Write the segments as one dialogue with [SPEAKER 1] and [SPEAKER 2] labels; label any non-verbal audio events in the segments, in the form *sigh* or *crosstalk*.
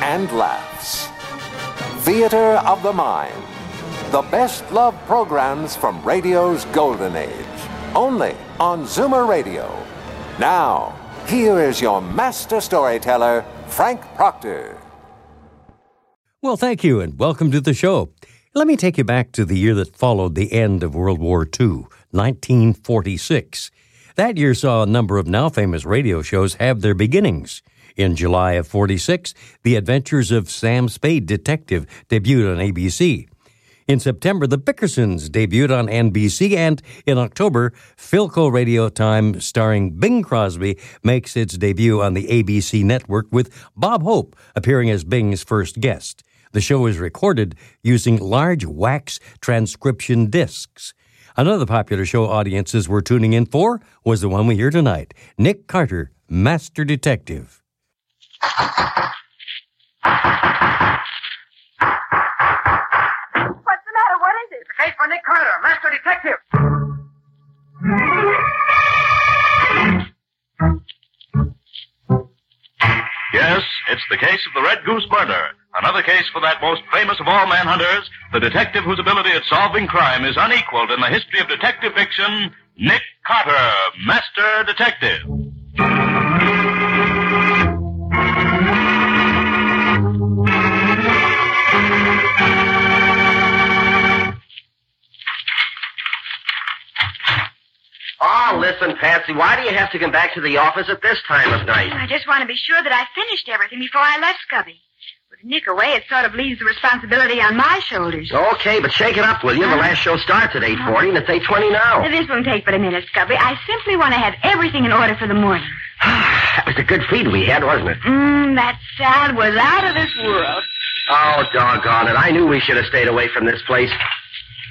[SPEAKER 1] and laughs. Theater of the Mind. The best love programs from radio's golden age. Only on Zoomer Radio. Now, here is your master storyteller, Frank Proctor.
[SPEAKER 2] Well, thank you, and welcome to the show. Let me take you back to the year that followed the end of World War II, 1946. That year saw a number of now famous radio shows have their beginnings. In July of 46, The Adventures of Sam Spade Detective debuted on ABC. In September, The Bickersons debuted on NBC, and in October, Philco Radio Time, starring Bing Crosby, makes its debut on the ABC network with Bob Hope appearing as Bing's first guest. The show is recorded using large wax transcription discs. Another popular show audiences were tuning in for was the one we hear tonight Nick Carter, Master Detective.
[SPEAKER 3] What's the matter? What is it?
[SPEAKER 4] The case for Nick Carter, Master Detective.
[SPEAKER 5] Yes, it's the case of the Red Goose murder. Another case for that most famous of all manhunters, the detective whose ability at solving crime is unequaled in the history of detective fiction, Nick Carter, Master Detective.
[SPEAKER 4] Oh, listen, Patsy, why do you have to come back to the office at this time of night?
[SPEAKER 3] I just want to be sure that I finished everything before I left Scubby. With Nick away, it sort of leaves the responsibility on my shoulders.
[SPEAKER 4] Okay, but shake it up, will you? The last show starts at 8.40 and it's 8.20 now.
[SPEAKER 3] This won't take but a minute, Scubby. I simply want to have everything in order for the morning.
[SPEAKER 4] that was a good feed we had, wasn't it?
[SPEAKER 3] Mmm, that salad was out of this world.
[SPEAKER 4] Oh, doggone it. I knew we should have stayed away from this place.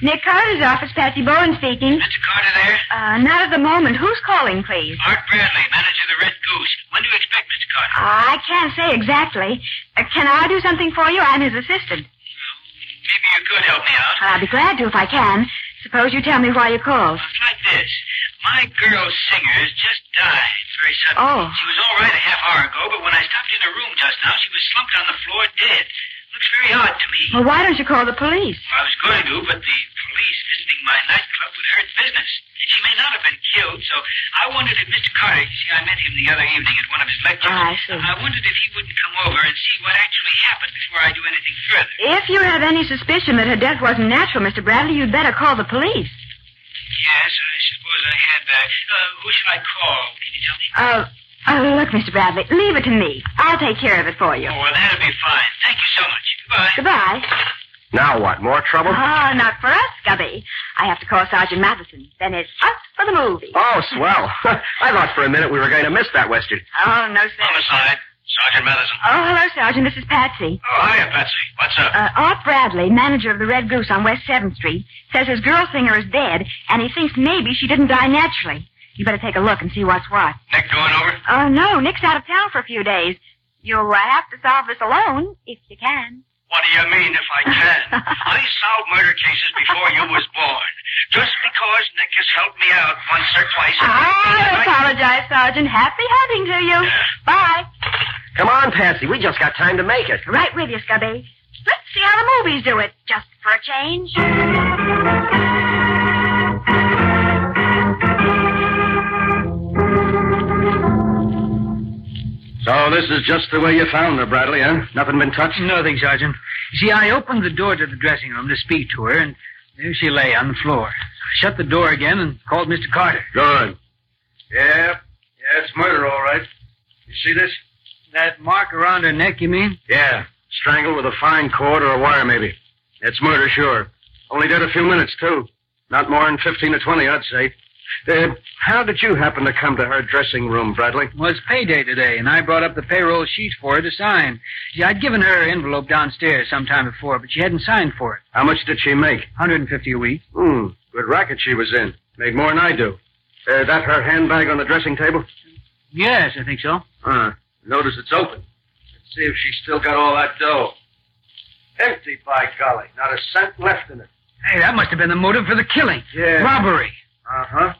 [SPEAKER 3] Nick Carter's office, Patsy Bowen speaking.
[SPEAKER 6] Mr. Carter there?
[SPEAKER 3] Uh, not at the moment. Who's calling, please?
[SPEAKER 6] Art Bradley, manager of the Red Goose. When do you expect Mr. Carter?
[SPEAKER 3] I can't say exactly. Uh, can I do something for you? I'm his assistant.
[SPEAKER 6] Maybe you could help me out.
[SPEAKER 3] I'll be glad to if I can. Suppose you tell me why you called.
[SPEAKER 6] It's like this. My girl Singers just died very suddenly.
[SPEAKER 3] Oh.
[SPEAKER 6] She was all right a half hour ago, but when I stopped in her room just now, she was slumped on the floor dead. Looks very odd to me.
[SPEAKER 3] Well, why don't you call the police?
[SPEAKER 6] I was going to, but the police visiting my nightclub would hurt business. And she may not have been killed, so I wondered if Mr. Carter, you see, I met him the other evening at one of his lectures.
[SPEAKER 3] Ah, I see.
[SPEAKER 6] I wondered if he wouldn't come over and see what actually happened before I do anything further.
[SPEAKER 3] If you have any suspicion that her death wasn't natural, Mr. Bradley, you'd better call the police.
[SPEAKER 6] Yes, I suppose I had that. Uh, who should I call? Can you tell me?
[SPEAKER 3] Uh, oh, look, Mr. Bradley, leave it to me. I'll take care of it for you.
[SPEAKER 6] Oh, well, that'll be fine. Thank you so much. Goodbye.
[SPEAKER 3] Goodbye.
[SPEAKER 4] Now what, more trouble?
[SPEAKER 3] Oh, not for us, Gubby. I have to call Sergeant Matheson. Then it's us for the movie.
[SPEAKER 4] Oh, swell. *laughs* I thought for a minute we were going to miss that, Western.
[SPEAKER 3] Oh, no, sir.
[SPEAKER 6] Homicide. Sergeant Madison.
[SPEAKER 3] Oh, hello, Sergeant. This is Patsy.
[SPEAKER 6] Oh, hiya, Patsy. What's up?
[SPEAKER 3] Uh, Art Bradley, manager of the Red Goose on West 7th Street, says his girl singer is dead, and he thinks maybe she didn't die naturally. You better take a look and see what's what.
[SPEAKER 6] Nick going over?
[SPEAKER 3] Oh, no, Nick's out of town for a few days. You'll uh, have to solve this alone, if you can.
[SPEAKER 6] What do you mean if I can? I solved murder cases before you was born. Just because Nick has helped me out once or twice.
[SPEAKER 3] I
[SPEAKER 6] I-
[SPEAKER 3] apologize, Sergeant. Happy hunting to you. Bye.
[SPEAKER 4] Come on, Patsy, we just got time to make it.
[SPEAKER 3] Right with you, Scubby. Let's see how the movies do it, just for a change.
[SPEAKER 4] So this is just the way you found her, Bradley, huh? Nothing been touched?
[SPEAKER 7] Nothing, Sergeant. You see, I opened the door to the dressing room to speak to her, and there she lay on the floor. I shut the door again and called Mr. Carter.
[SPEAKER 4] Good.
[SPEAKER 7] Yeah, yeah, it's murder, all right. You see this? That mark around her neck, you mean?
[SPEAKER 4] Yeah. Strangled with a fine cord or a wire, maybe. It's murder, sure. Only dead a few minutes, too. Not more than 15 to 20, I'd say. Uh, how did you happen to come to her dressing room, Bradley?
[SPEAKER 6] Well, it's payday today, and I brought up the payroll sheet for her to sign. See, I'd given her her envelope downstairs sometime before, but she hadn't signed for it.
[SPEAKER 4] How much did she make?
[SPEAKER 6] 150 a week.
[SPEAKER 4] Hmm, good racket she was in. Made more than I do. Uh, that her handbag on the dressing table?
[SPEAKER 6] Yes, I think so.
[SPEAKER 4] Uh, notice it's open. Let's see if she's still got all that dough. Empty, by golly. Not a cent left in it.
[SPEAKER 6] Hey, that must have been the motive for the killing.
[SPEAKER 4] Yeah.
[SPEAKER 6] Robbery.
[SPEAKER 4] Uh huh.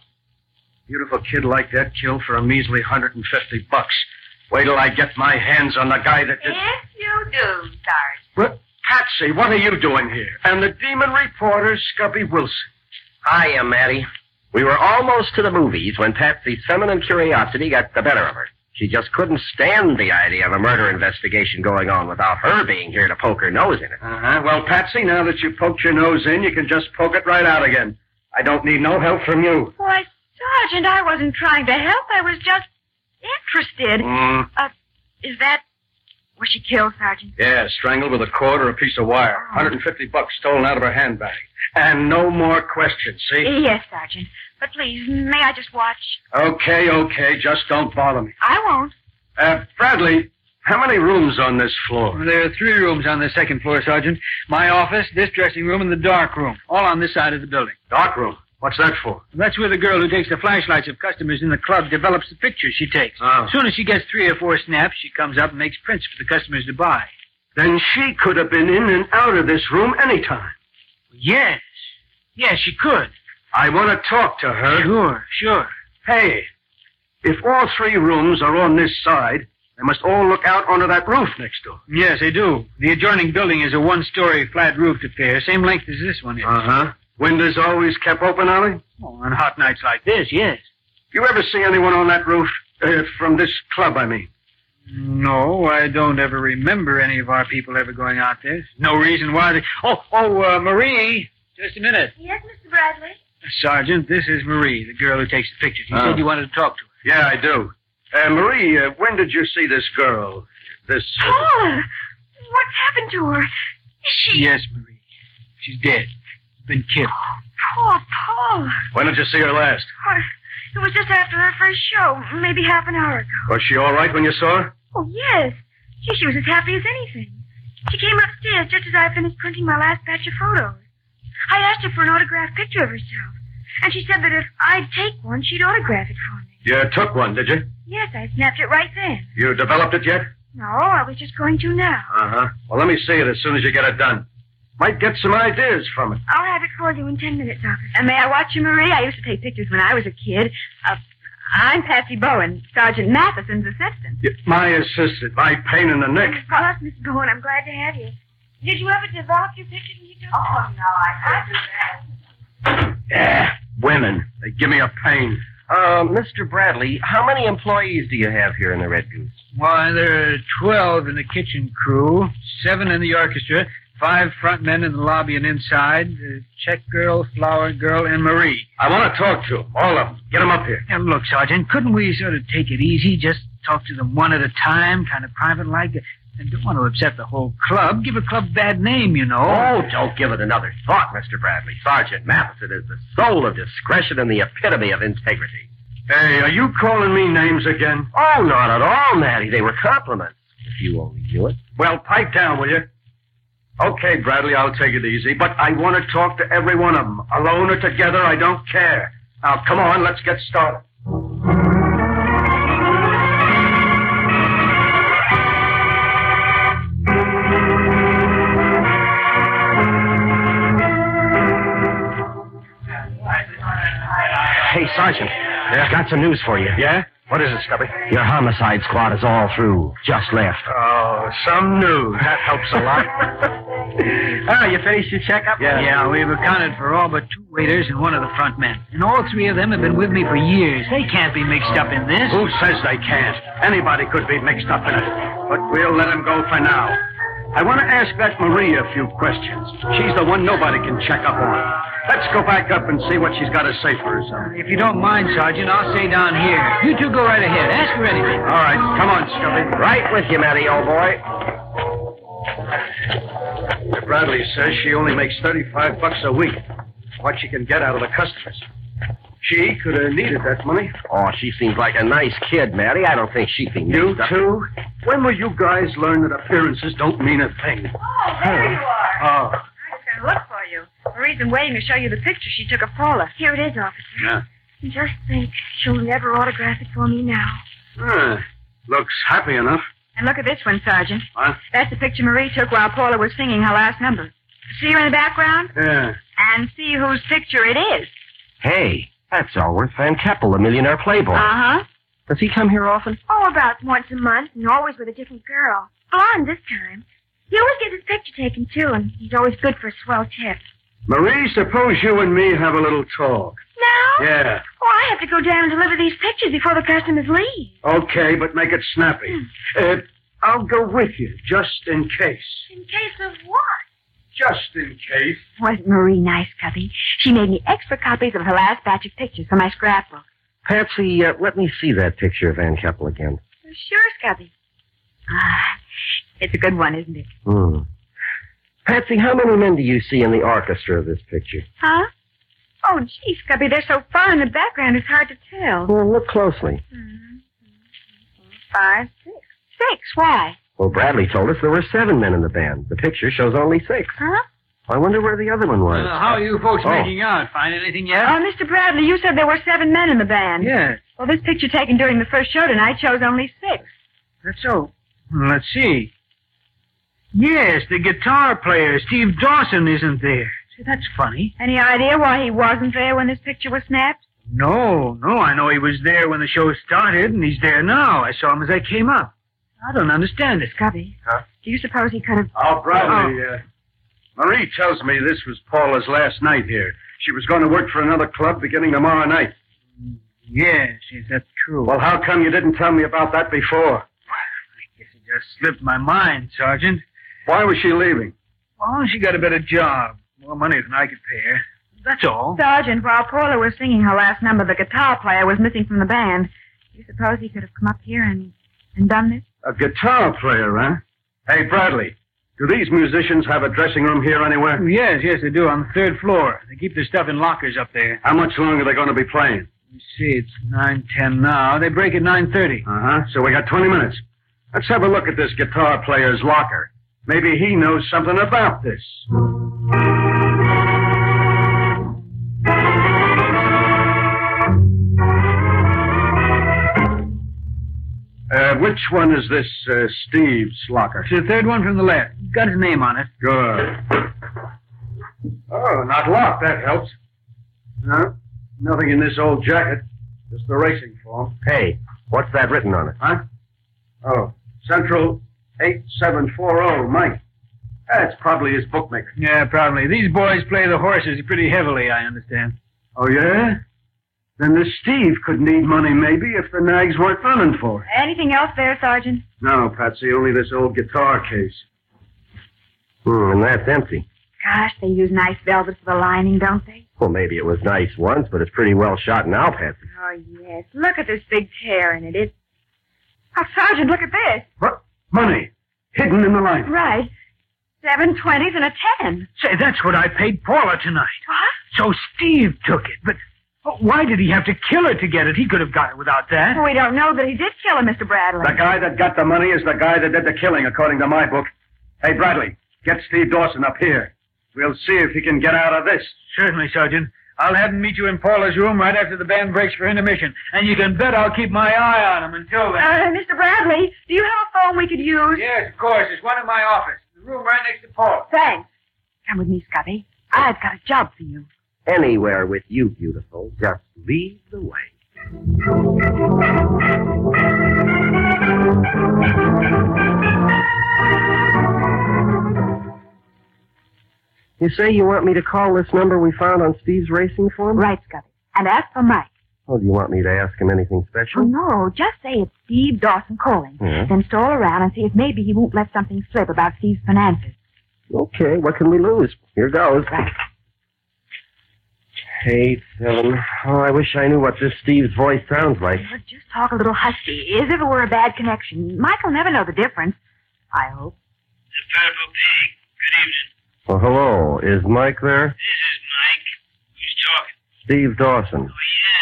[SPEAKER 4] Beautiful kid like that killed for a measly 150 bucks. Wait till I get my hands on the guy that did.
[SPEAKER 3] Yes, you do, Sergeant.
[SPEAKER 4] What? Patsy, what are you doing here? And the demon reporter, Scubby Wilson. I am, Matty. We were almost to the movies when Patsy's feminine curiosity got the better of her. She just couldn't stand the idea of a murder investigation going on without her being here to poke her nose in it. Uh-huh. Well, Patsy, now that you poked your nose in, you can just poke it right out again. I don't need no help from you.
[SPEAKER 3] Why, Sergeant, I wasn't trying to help. I was just interested.
[SPEAKER 4] Mm,
[SPEAKER 3] Uh, is that. Was she killed, Sergeant?
[SPEAKER 4] yeah, strangled with a cord or a piece of wire.
[SPEAKER 3] Oh.
[SPEAKER 4] 150 bucks stolen out of her handbag. And no more questions, see?
[SPEAKER 3] Yes, Sergeant. But please, may I just watch?
[SPEAKER 4] Okay, okay, just don't bother me.
[SPEAKER 3] I won't.
[SPEAKER 4] Uh, Bradley, how many rooms on this floor?
[SPEAKER 6] There are three rooms on the second floor, Sergeant. My office, this dressing room, and the dark room. All on this side of the building.
[SPEAKER 4] Dark room. What's that for?
[SPEAKER 6] That's where the girl who takes the flashlights of customers in the club develops the pictures she takes.
[SPEAKER 4] Oh.
[SPEAKER 6] As soon as she gets three or four snaps, she comes up and makes prints for the customers to buy.
[SPEAKER 4] Then she could have been in and out of this room any time.
[SPEAKER 6] Yes. Yes, she could.
[SPEAKER 4] I want to talk to her.
[SPEAKER 6] Sure, sure.
[SPEAKER 4] Hey, if all three rooms are on this side, they must all look out onto that roof next door.
[SPEAKER 6] Yes, they do. The adjoining building is a one-story flat-roofed affair, same length as this one is.
[SPEAKER 4] huh. Uh-huh. Windows always kept open, are they?
[SPEAKER 6] Oh, on hot nights like this, yes.
[SPEAKER 4] You ever see anyone on that roof? Uh, from this club, I mean.
[SPEAKER 6] No, I don't ever remember any of our people ever going out there. No reason why they... Oh, oh, uh, Marie! Just a minute.
[SPEAKER 3] Yes, Mr. Bradley?
[SPEAKER 6] Sergeant, this is Marie, the girl who takes the pictures. You
[SPEAKER 4] Oh.
[SPEAKER 6] said you wanted to talk to her.
[SPEAKER 4] Yeah, I do. Uh, Marie, uh, when did you see this girl? This. uh,
[SPEAKER 3] Paula! What's happened to her? Is she.
[SPEAKER 6] Yes, Marie. She's dead. Been killed.
[SPEAKER 3] Poor Paula.
[SPEAKER 4] when did you see her last?
[SPEAKER 3] Why, It was just after her first show, maybe half an hour ago.
[SPEAKER 4] Was she all right when you saw her?
[SPEAKER 3] Oh, yes. Gee, she was as happy as anything. She came upstairs just as I finished printing my last batch of photos. I asked her for an autographed picture of herself, and she said that if I'd take one, she'd autograph it for me.
[SPEAKER 4] You took one, did you?
[SPEAKER 3] Yes, I snapped it right then.
[SPEAKER 4] You developed it yet?
[SPEAKER 3] No, I was just going to now.
[SPEAKER 4] Uh huh. Well, let me see it as soon as you get it done. Might get some ideas from it.
[SPEAKER 3] I'll have it for you in ten minutes, officer. And may I watch you, Marie? I used to take pictures when I was a kid. Uh, I'm Patsy Bowen, Sergeant Matheson's assistant.
[SPEAKER 4] Y- My assistant, my pain in the neck.
[SPEAKER 3] Well, that's Miss Bowen. I'm glad to have you. Did you ever develop your pictures when you took Oh, no, I didn't do that.
[SPEAKER 4] Yeah, women. They give me a pain. Uh, Mr. Bradley, how many employees do you have here in the Red Goose?
[SPEAKER 6] Why, there are 12 in the kitchen crew, 7 in the orchestra, 5 front men in the lobby and inside, the check girl, flower girl, and Marie.
[SPEAKER 4] I want to talk to them, all of them. Get them up here.
[SPEAKER 6] Now, look, Sergeant, couldn't we sort of take it easy, just talk to them one at a time, kind of private-like? I don't want to upset the whole club. Give a club a bad name, you know.
[SPEAKER 4] Oh, don't give it another thought, Mr. Bradley. Sergeant Matheson is the soul of discretion and the epitome of integrity. Hey, are you calling me names again? Oh, not at all, Matty. They were compliments. If you only knew it. Well, pipe down, will you? Okay, Bradley, I'll take it easy, but I want to talk to every one of them. Alone or together, I don't care. Now, come on, let's get started.
[SPEAKER 8] Hey, Sergeant. I've got some news for you.
[SPEAKER 4] Yeah? What is it, Stubby?
[SPEAKER 8] Your homicide squad is all through. Just left.
[SPEAKER 4] Oh, some news. That helps a lot.
[SPEAKER 6] *laughs* Ah, you finished your checkup?
[SPEAKER 4] Yeah.
[SPEAKER 6] Yeah, we've accounted for all but two waiters and one of the front men. And all three of them have been with me for years. They can't be mixed up in this.
[SPEAKER 4] Who says they can't? Anybody could be mixed up in it. But we'll let them go for now. I want to ask that Marie a few questions. She's the one nobody can check up on. Let's go back up and see what she's got to say for herself.
[SPEAKER 6] If you don't mind, Sergeant, I'll stay down here. You two go right ahead. Ask her anything.
[SPEAKER 4] All right, come on, Scubby.
[SPEAKER 8] Right with you, Matty, old boy.
[SPEAKER 4] Bradley says she only makes 35 bucks a week. What she can get out of the customers.
[SPEAKER 6] She could have needed that money.
[SPEAKER 4] Oh, she seems like a nice kid, Matty. I don't think she'd be
[SPEAKER 6] You
[SPEAKER 4] mixed up.
[SPEAKER 6] too? When will you guys learn that appearances don't mean a thing?
[SPEAKER 3] Oh, there you are.
[SPEAKER 6] Oh,
[SPEAKER 3] I was going to look for you. Marie's been waiting to show you the picture she took of Paula. Here it is, officer.
[SPEAKER 6] yeah.
[SPEAKER 3] Just think, she'll never autograph it for me now.
[SPEAKER 6] Ah, looks happy enough.
[SPEAKER 9] And look at this one, Sergeant.
[SPEAKER 6] Huh?
[SPEAKER 9] That's the picture Marie took while Paula was singing her last number. See her in the background?
[SPEAKER 6] Yeah.
[SPEAKER 9] And see whose picture it is.
[SPEAKER 4] Hey, that's Alworth Van Keppel, the millionaire playboy.
[SPEAKER 9] Uh huh.
[SPEAKER 4] Does he come here often?
[SPEAKER 3] Oh, Uh-huh. about once a month, and always with a different girl. Blonde this time. He always gets his picture taken, too, and he's always good for a swell tip.
[SPEAKER 6] Marie, suppose you and me have a little talk.
[SPEAKER 3] Now?
[SPEAKER 6] Yeah.
[SPEAKER 3] Oh, I have to go down and deliver these pictures before the customers leave.
[SPEAKER 6] Okay, but make it snappy. Uh, I'll go with you, just in case.
[SPEAKER 3] In case of what?
[SPEAKER 6] Just in case.
[SPEAKER 9] Wasn't Marie nice, Cubby? She made me extra copies of her last batch of pictures for my scrapbook.
[SPEAKER 4] Patsy, uh, let me see that picture of Van Keppel again.
[SPEAKER 9] Sure, Scubby. Ah, it's a good one, isn't it?
[SPEAKER 4] Hmm. Patsy, how many men do you see in the orchestra of this picture?
[SPEAKER 9] Huh? Oh, gee, Scubby, they're so far in the background, it's hard to tell.
[SPEAKER 4] Well, look closely.
[SPEAKER 9] Five, six. Six, why?
[SPEAKER 4] Well, Bradley told us there were seven men in the band. The picture shows only six.
[SPEAKER 9] Huh?
[SPEAKER 4] I wonder where the other one was.
[SPEAKER 6] how are you folks
[SPEAKER 4] Oh.
[SPEAKER 6] making out? Find anything yet?
[SPEAKER 9] Oh, Mr. Bradley, you said there were seven men in the band.
[SPEAKER 6] yeah,
[SPEAKER 9] Well, this picture taken during the first show tonight shows only six.
[SPEAKER 6] that's so. Hmm, Let's see. Yes, the guitar player, Steve Dawson, isn't there. See, that's funny.
[SPEAKER 9] Any idea why he wasn't there when this picture was snapped?
[SPEAKER 6] No, no, I know he was there when the show started, and he's there now. I saw him as I came up. I don't understand it.
[SPEAKER 9] Scubby.
[SPEAKER 6] Huh?
[SPEAKER 9] Do you suppose he could have.
[SPEAKER 6] Oh, Bradley. Uh, Marie tells me this was Paula's last night here. She was going to work for another club beginning tomorrow night. Yes, is that true? Well, how come you didn't tell me about that before? I guess it just slipped my mind, Sergeant. Why was she leaving? Well, she got a better job. More money than I could pay her. That's all.
[SPEAKER 9] Sergeant, while Paula was singing her last number, the guitar player was missing from the band. Do you suppose he could have come up here and, and done this?
[SPEAKER 6] A guitar player, huh? Hey, Bradley, do these musicians have a dressing room here anywhere? Oh, Yes, yes, they do, on the third floor. They keep their stuff in lockers up there. How much longer are they going to be playing? You see, it's 9.10 now. They break at 9.30. Uh-huh, so we got 20 minutes. Let's have a look at this guitar player's locker. Maybe he knows something about this. Uh, which one is this uh, Steve's locker? It's the third one from the left. Got his name on it. Good. Oh, not locked. That helps. No, nothing in this old jacket. Just the racing form.
[SPEAKER 4] Hey, what's that written on it?
[SPEAKER 6] Huh? Oh, Central 8740, oh, Mike. That's probably his bookmaker. Yeah, probably. These boys play the horses pretty heavily, I understand. Oh, yeah? Then this Steve could need money, maybe, if the nags weren't running for it.
[SPEAKER 9] Anything else there, Sergeant?
[SPEAKER 6] No, Patsy, only this old guitar case.
[SPEAKER 4] Hmm, and that's empty.
[SPEAKER 9] Gosh, they use nice velvet for the lining, don't they?
[SPEAKER 4] Well, maybe it was nice once, but it's pretty well shot now, Patsy.
[SPEAKER 9] Oh, yes. Look at this big tear in it. It's. Oh, Sergeant, look at this.
[SPEAKER 6] What? Money. Hidden in the lining. *laughs*
[SPEAKER 9] Right. Seven twenties and a ten.
[SPEAKER 6] Say, that's what I paid Paula tonight.
[SPEAKER 9] What?
[SPEAKER 6] So Steve took it, but oh, why did he have to kill her to get it? He could have got it without that.
[SPEAKER 9] Well, we don't know that he did kill him, Mr. Bradley.
[SPEAKER 6] The guy that got the money is the guy that did the killing, according to my book. Hey, Bradley, get Steve Dawson up here. We'll see if he can get out of this. Certainly, Sergeant. I'll have him meet you in Paula's room right after the band breaks for intermission. And you can bet I'll keep my eye on him until then.
[SPEAKER 9] Uh, Mr. Bradley, do you have a phone we could use?
[SPEAKER 6] Yes, of course. It's one in my office. The room right next to Paul.
[SPEAKER 9] Thanks. Come with me, Scubby. I've got a job for you.
[SPEAKER 4] Anywhere with you, beautiful. Just lead the way. You say you want me to call this number we found on Steve's racing form?
[SPEAKER 9] Right, Scubby. And ask for Mike.
[SPEAKER 4] Well, do you want me to ask him anything
[SPEAKER 9] Oh,
[SPEAKER 4] special?
[SPEAKER 9] no, just say it's Steve Dawson calling.
[SPEAKER 4] Yeah.
[SPEAKER 9] Then stroll around and see if maybe he won't let something slip about Steve's finances.
[SPEAKER 4] Okay, what can we lose? Here goes. Eight, seven. Oh, I wish I knew what this Steve's voice sounds like.
[SPEAKER 9] Well, Just talk a little husky, as if it were a bad connection. Mike'll never know the difference. I hope.
[SPEAKER 10] The Purple Pig. Good evening.
[SPEAKER 4] Well, hello. Is Mike there?
[SPEAKER 10] This is Mike. Who's talking?
[SPEAKER 4] Steve Dawson.
[SPEAKER 10] Oh, yeah.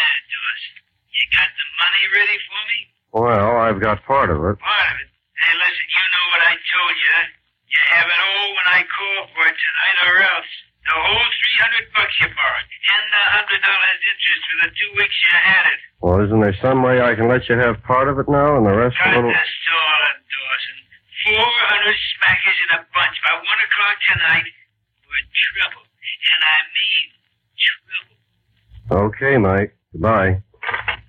[SPEAKER 11] Well, I've got part of it.
[SPEAKER 7] Part of it. Hey, listen, you know what I told you. huh? You have it all when I call for it tonight, or else the whole three hundred bucks you borrowed and the hundred dollars interest for the two weeks you had it.
[SPEAKER 11] Well, isn't there some way I can let you have part of it now and the rest a little?
[SPEAKER 7] That's all, Dawson. Four hundred smackers in a bunch by one o'clock tonight for trouble, and I mean trouble.
[SPEAKER 11] Okay, Mike. Goodbye.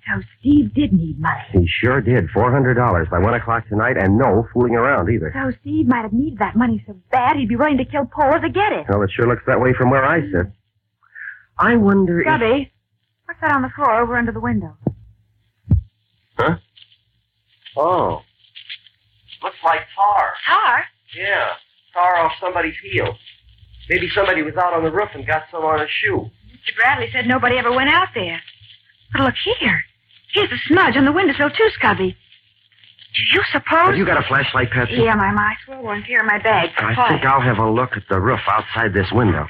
[SPEAKER 9] So Steve did need money.
[SPEAKER 4] He sure did. Four hundred dollars by one o'clock tonight, and no fooling around either.
[SPEAKER 9] So Steve might have needed that money so bad he'd be willing to kill Paula to get it.
[SPEAKER 4] Well, it sure looks that way from where I sit. I wonder if
[SPEAKER 9] Gubby, what's that on the floor over under the window?
[SPEAKER 11] Huh? Oh.
[SPEAKER 12] Looks like tar.
[SPEAKER 9] Tar?
[SPEAKER 12] Yeah, tar off somebody's heel. Maybe somebody was out on the roof and got some on a shoe.
[SPEAKER 9] Mr. Bradley said nobody ever went out there. But look here. Here's a smudge on the windowsill, too, Scubby. Do you suppose.
[SPEAKER 4] Have you got a flashlight, Patsy?
[SPEAKER 9] Yeah, my ma. I swear one's here in my bag.
[SPEAKER 4] I
[SPEAKER 9] Why?
[SPEAKER 4] think I'll have a look at the roof outside this window.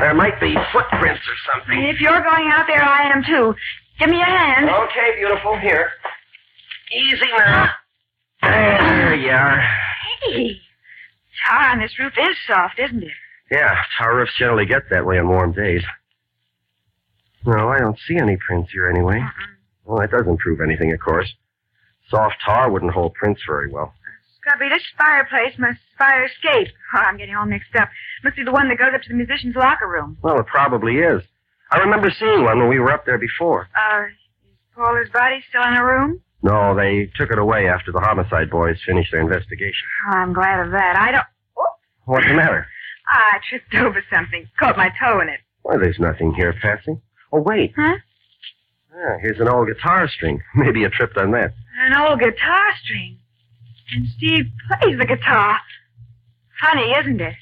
[SPEAKER 12] There might be footprints or something.
[SPEAKER 9] If you're going out there, I am too. Give me a hand.
[SPEAKER 12] Okay, beautiful. Here. Easy now. There you are.
[SPEAKER 9] Hey, tar on this roof is soft, isn't it?
[SPEAKER 4] Yeah, tower roofs generally get that way on warm days. No, I don't see any prints here anyway.
[SPEAKER 9] Uh-uh.
[SPEAKER 4] Well, that doesn't prove anything, of course. Soft tar wouldn't hold prints very well.
[SPEAKER 9] Scubby, this fireplace must fire escape. Oh, I'm getting all mixed up. Must be the one that goes up to the musician's locker room.
[SPEAKER 4] Well, it probably is. I remember seeing one when we were up there before.
[SPEAKER 9] Uh, is Paula's body still in her room?
[SPEAKER 4] No, they took it away after the homicide boys finished their investigation.
[SPEAKER 9] Oh, I'm glad of that. I don't.
[SPEAKER 4] What's the matter?
[SPEAKER 9] Ah, I tripped *laughs* over something. Caught my toe in it.
[SPEAKER 4] Why, there's nothing here, Patsy. Oh, wait.
[SPEAKER 9] Huh?
[SPEAKER 4] Ah, here's an old guitar string. *laughs* Maybe you tripped on that.
[SPEAKER 9] An old guitar string. And Steve plays the guitar. Funny, isn't it?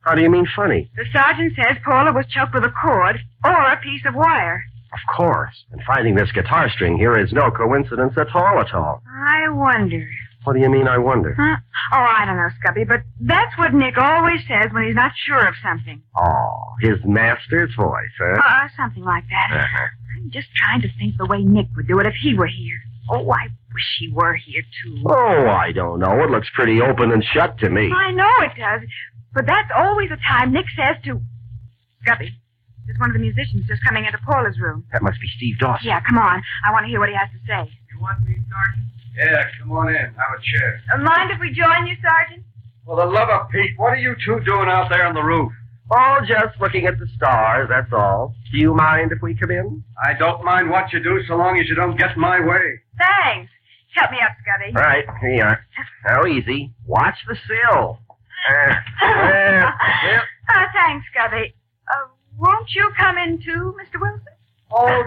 [SPEAKER 4] How do you mean funny?
[SPEAKER 9] The sergeant says Paula was choked with a cord or a piece of wire.
[SPEAKER 4] Of course. And finding this guitar string here is no coincidence at all at all.
[SPEAKER 9] I wonder.
[SPEAKER 4] What do you mean, I wonder?
[SPEAKER 9] Huh? Oh, I don't know, Scubby, but that's what Nick always says when he's not sure of something.
[SPEAKER 4] Oh, his master's voice, huh?
[SPEAKER 9] Uh, something like that.
[SPEAKER 4] Eh? Uh-huh.
[SPEAKER 9] I'm just trying to think the way Nick would do it if he were here. Oh, I wish he were here, too.
[SPEAKER 4] Oh, I don't know. It looks pretty open and shut to me.
[SPEAKER 9] I know it does, but that's always the time Nick says to. Scubby, there's one of the musicians just coming into Paula's room.
[SPEAKER 4] That must be *laughs* Steve Dawson.
[SPEAKER 9] Yeah, come on. I want to hear what he has to say.
[SPEAKER 6] You want me, Sergeant? Yeah, come on in. Have a chair.
[SPEAKER 9] Uh, mind if we join you, Sergeant?
[SPEAKER 6] For the love of Pete, what are you two doing out there on the roof?
[SPEAKER 12] Oh, just looking at the stars, that's all. Do you mind if we come in?
[SPEAKER 6] I don't mind what you do so long as you don't get in my way.
[SPEAKER 9] Thanks. Help me up, Scubby.
[SPEAKER 12] All right, here you are. Now, easy. Watch the sill.
[SPEAKER 4] Uh,
[SPEAKER 12] Ah, ah, yep.
[SPEAKER 9] *laughs* Uh, thanks, Scubby. Uh, won't you come in too, Mr. Wilson?
[SPEAKER 12] Oh,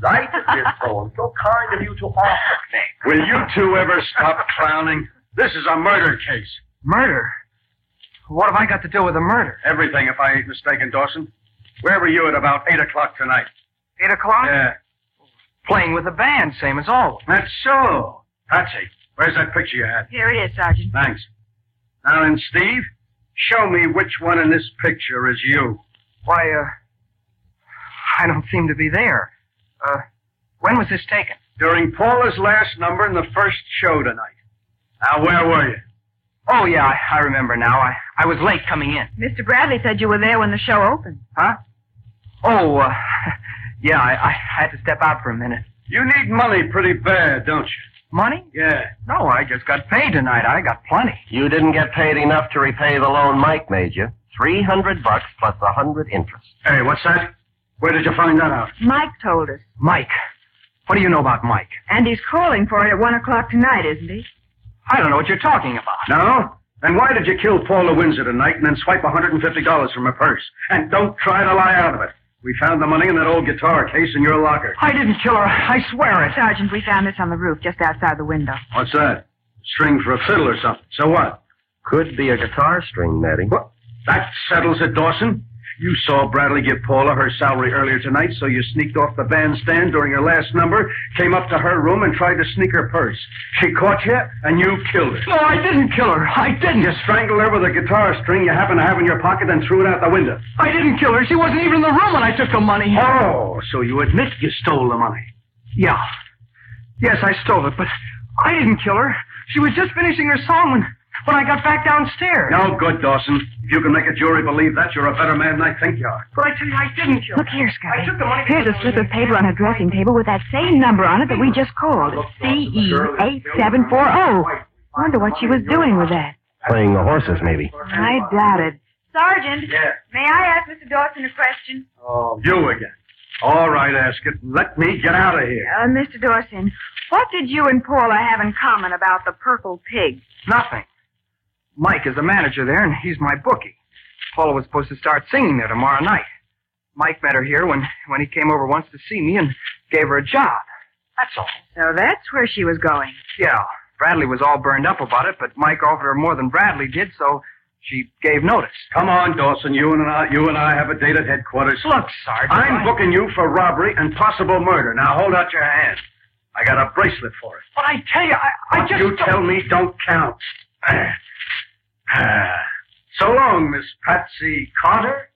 [SPEAKER 12] delighted, Miss Bowen. So kind of you to offer me.
[SPEAKER 6] Will you two ever stop clowning? This is a murder case.
[SPEAKER 13] Murder? What have I got to do with a murder?
[SPEAKER 6] Everything, if I ain't mistaken, Dawson. Where were you at about 8 o'clock tonight?
[SPEAKER 13] Eight o'clock?
[SPEAKER 6] Yeah.
[SPEAKER 13] Playing with the band, same as always.
[SPEAKER 6] That's so. Patsy, where's that picture you had?
[SPEAKER 9] *laughs* Here it is, Sergeant.
[SPEAKER 6] Thanks. Now then, Steve, show me which one in this picture is you.
[SPEAKER 13] Why, uh, I don't seem to be there. Uh, when was this taken?
[SPEAKER 6] During Paula's last number in the first show tonight. Now, where were you?
[SPEAKER 13] Oh, yeah, I, I remember now. I, I was late coming in.
[SPEAKER 9] Mr. Bradley said you were there when the show opened.
[SPEAKER 13] Huh? Oh, uh, *laughs* yeah, I, I had to step out for a minute.
[SPEAKER 6] You need money pretty bad, don't you?
[SPEAKER 13] Money?
[SPEAKER 6] Yeah.
[SPEAKER 13] No, I just got paid tonight. I got plenty.
[SPEAKER 4] You didn't get paid enough to repay the loan Mike made you. Three hundred bucks plus a hundred interest.
[SPEAKER 6] Hey, what's that? Where did you find that out?
[SPEAKER 9] Mike told us.
[SPEAKER 13] Mike. What do you know about Mike?
[SPEAKER 9] And he's calling for it at one o'clock tonight, isn't he?
[SPEAKER 13] I don't know what you're talking about.
[SPEAKER 6] No? Then why did you kill Paula Windsor tonight and then swipe $150 from her purse? And don't try to lie out of it. We found the money in that old guitar case in your locker.
[SPEAKER 13] I didn't kill her. I swear it.
[SPEAKER 9] Sergeant, we found this on the roof just outside the window.
[SPEAKER 6] What's that? String for a fiddle or something. So what?
[SPEAKER 4] Could be a guitar string, Matty.
[SPEAKER 6] What? That settles it, Dawson. You saw Bradley give Paula her salary earlier tonight, so you sneaked off the bandstand during her last number, came up to her room, and tried to sneak her purse. She caught you, and you killed her.
[SPEAKER 13] No, I didn't kill her. I didn't.
[SPEAKER 6] You strangled her with a guitar string you happened to have in your pocket and threw it out the window.
[SPEAKER 13] I didn't kill her. She wasn't even in the room when I took the money.
[SPEAKER 6] Oh, so you admit you stole the money.
[SPEAKER 13] Yeah. Yes, I stole it, but I didn't kill her. She was just finishing her song when, when I got back downstairs.
[SPEAKER 6] No good, Dawson. If you can make a jury believe that, you're a better man than I think you are.
[SPEAKER 13] But I tell you, I didn't kill
[SPEAKER 14] Look
[SPEAKER 13] her.
[SPEAKER 14] here, Scotty.
[SPEAKER 13] I took the money
[SPEAKER 14] Here's a slip of paper on a dressing table with that same number on it that we just called. CE eight seven four zero. Wonder what she was doing with that.
[SPEAKER 4] Playing the horses, maybe.
[SPEAKER 14] I doubt it.
[SPEAKER 3] Sergeant, may I ask Mr. Dawson a question?
[SPEAKER 6] Oh, you again. All right, Ascot. Let me get out of here.
[SPEAKER 9] Uh, Mr. Dawson, what did you and Paula have in common about the purple pig?
[SPEAKER 13] Nothing. Mike is the manager there, and he's my bookie. Paula was supposed to start singing there tomorrow night. Mike met her here when, when he came over once to see me and gave her a job. That's all.
[SPEAKER 9] So that's where she was going.
[SPEAKER 13] Yeah, Bradley was all burned up about it, but Mike offered her more than Bradley did, so she gave notice.
[SPEAKER 6] Come on, Dawson. You and I, you and I have a date at headquarters.
[SPEAKER 13] Look, Sergeant.
[SPEAKER 6] I'm booking you for robbery and possible murder. Now hold out your hand. I got a bracelet for it.
[SPEAKER 13] But I tell you, I, I
[SPEAKER 6] What
[SPEAKER 13] just.
[SPEAKER 6] you
[SPEAKER 13] don't-
[SPEAKER 6] tell me don't count. Ah. so long, Miss Patsy Carter.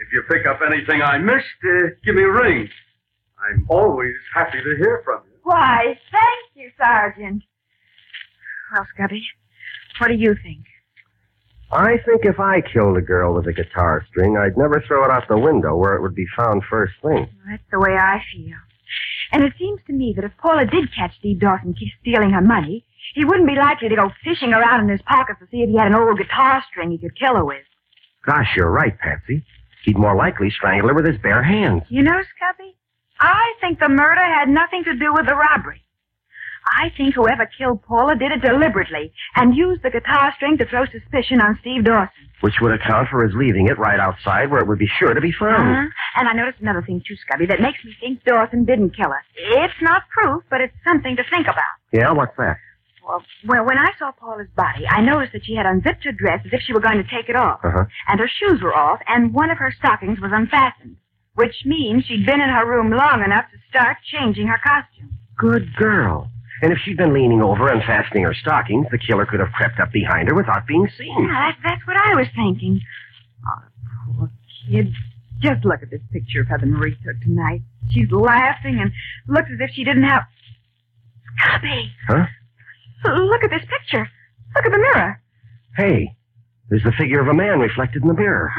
[SPEAKER 6] If you pick up anything I missed, uh, give me a ring. I'm always happy to hear from you.
[SPEAKER 9] Why, thank you, Sergeant. Well, Scubby, what do you think?
[SPEAKER 4] I think if I killed a girl with a guitar string, I'd never throw it out the window where it would be found first thing.
[SPEAKER 9] That's the way I feel. And it seems to me that if Paula did catch Steve Dawson ke- stealing her money, he wouldn't be likely to go fishing around in his pockets to see if he had an old guitar string he could kill her with.
[SPEAKER 4] Gosh, you're right, Patsy. He'd more likely strangle her with his bare hands.
[SPEAKER 9] You know, Scubby, I think the murder had nothing to do with the robbery. I think whoever killed Paula did it deliberately and used the guitar string to throw suspicion on Steve Dawson.
[SPEAKER 4] Which would account for his leaving it right outside where it would be sure to be found.
[SPEAKER 9] Uh-huh. And I noticed another thing, too, Scubby, that makes me think Dawson didn't kill her. It's not proof, but it's something to think about.
[SPEAKER 4] Yeah, what's that?
[SPEAKER 9] Well, well, when I saw Paula's body, I noticed that she had unzipped her dress as if she were going to take it off.
[SPEAKER 4] Uh huh.
[SPEAKER 9] And her shoes were off, and one of her stockings was unfastened. Which means she'd been in her room long enough to start changing her costume.
[SPEAKER 4] Good girl. And if she'd been leaning over and fastening her stockings, the killer could have crept up behind her without being seen.
[SPEAKER 9] Yeah, that, that's what I was thinking. Oh, poor kid. Just look at this picture of her that Marie took tonight. She's laughing and looks as if she didn't have... Scubby!
[SPEAKER 4] Huh?
[SPEAKER 9] Look at this picture. Look at the mirror.
[SPEAKER 4] Hey, there's the figure of a man reflected in the mirror.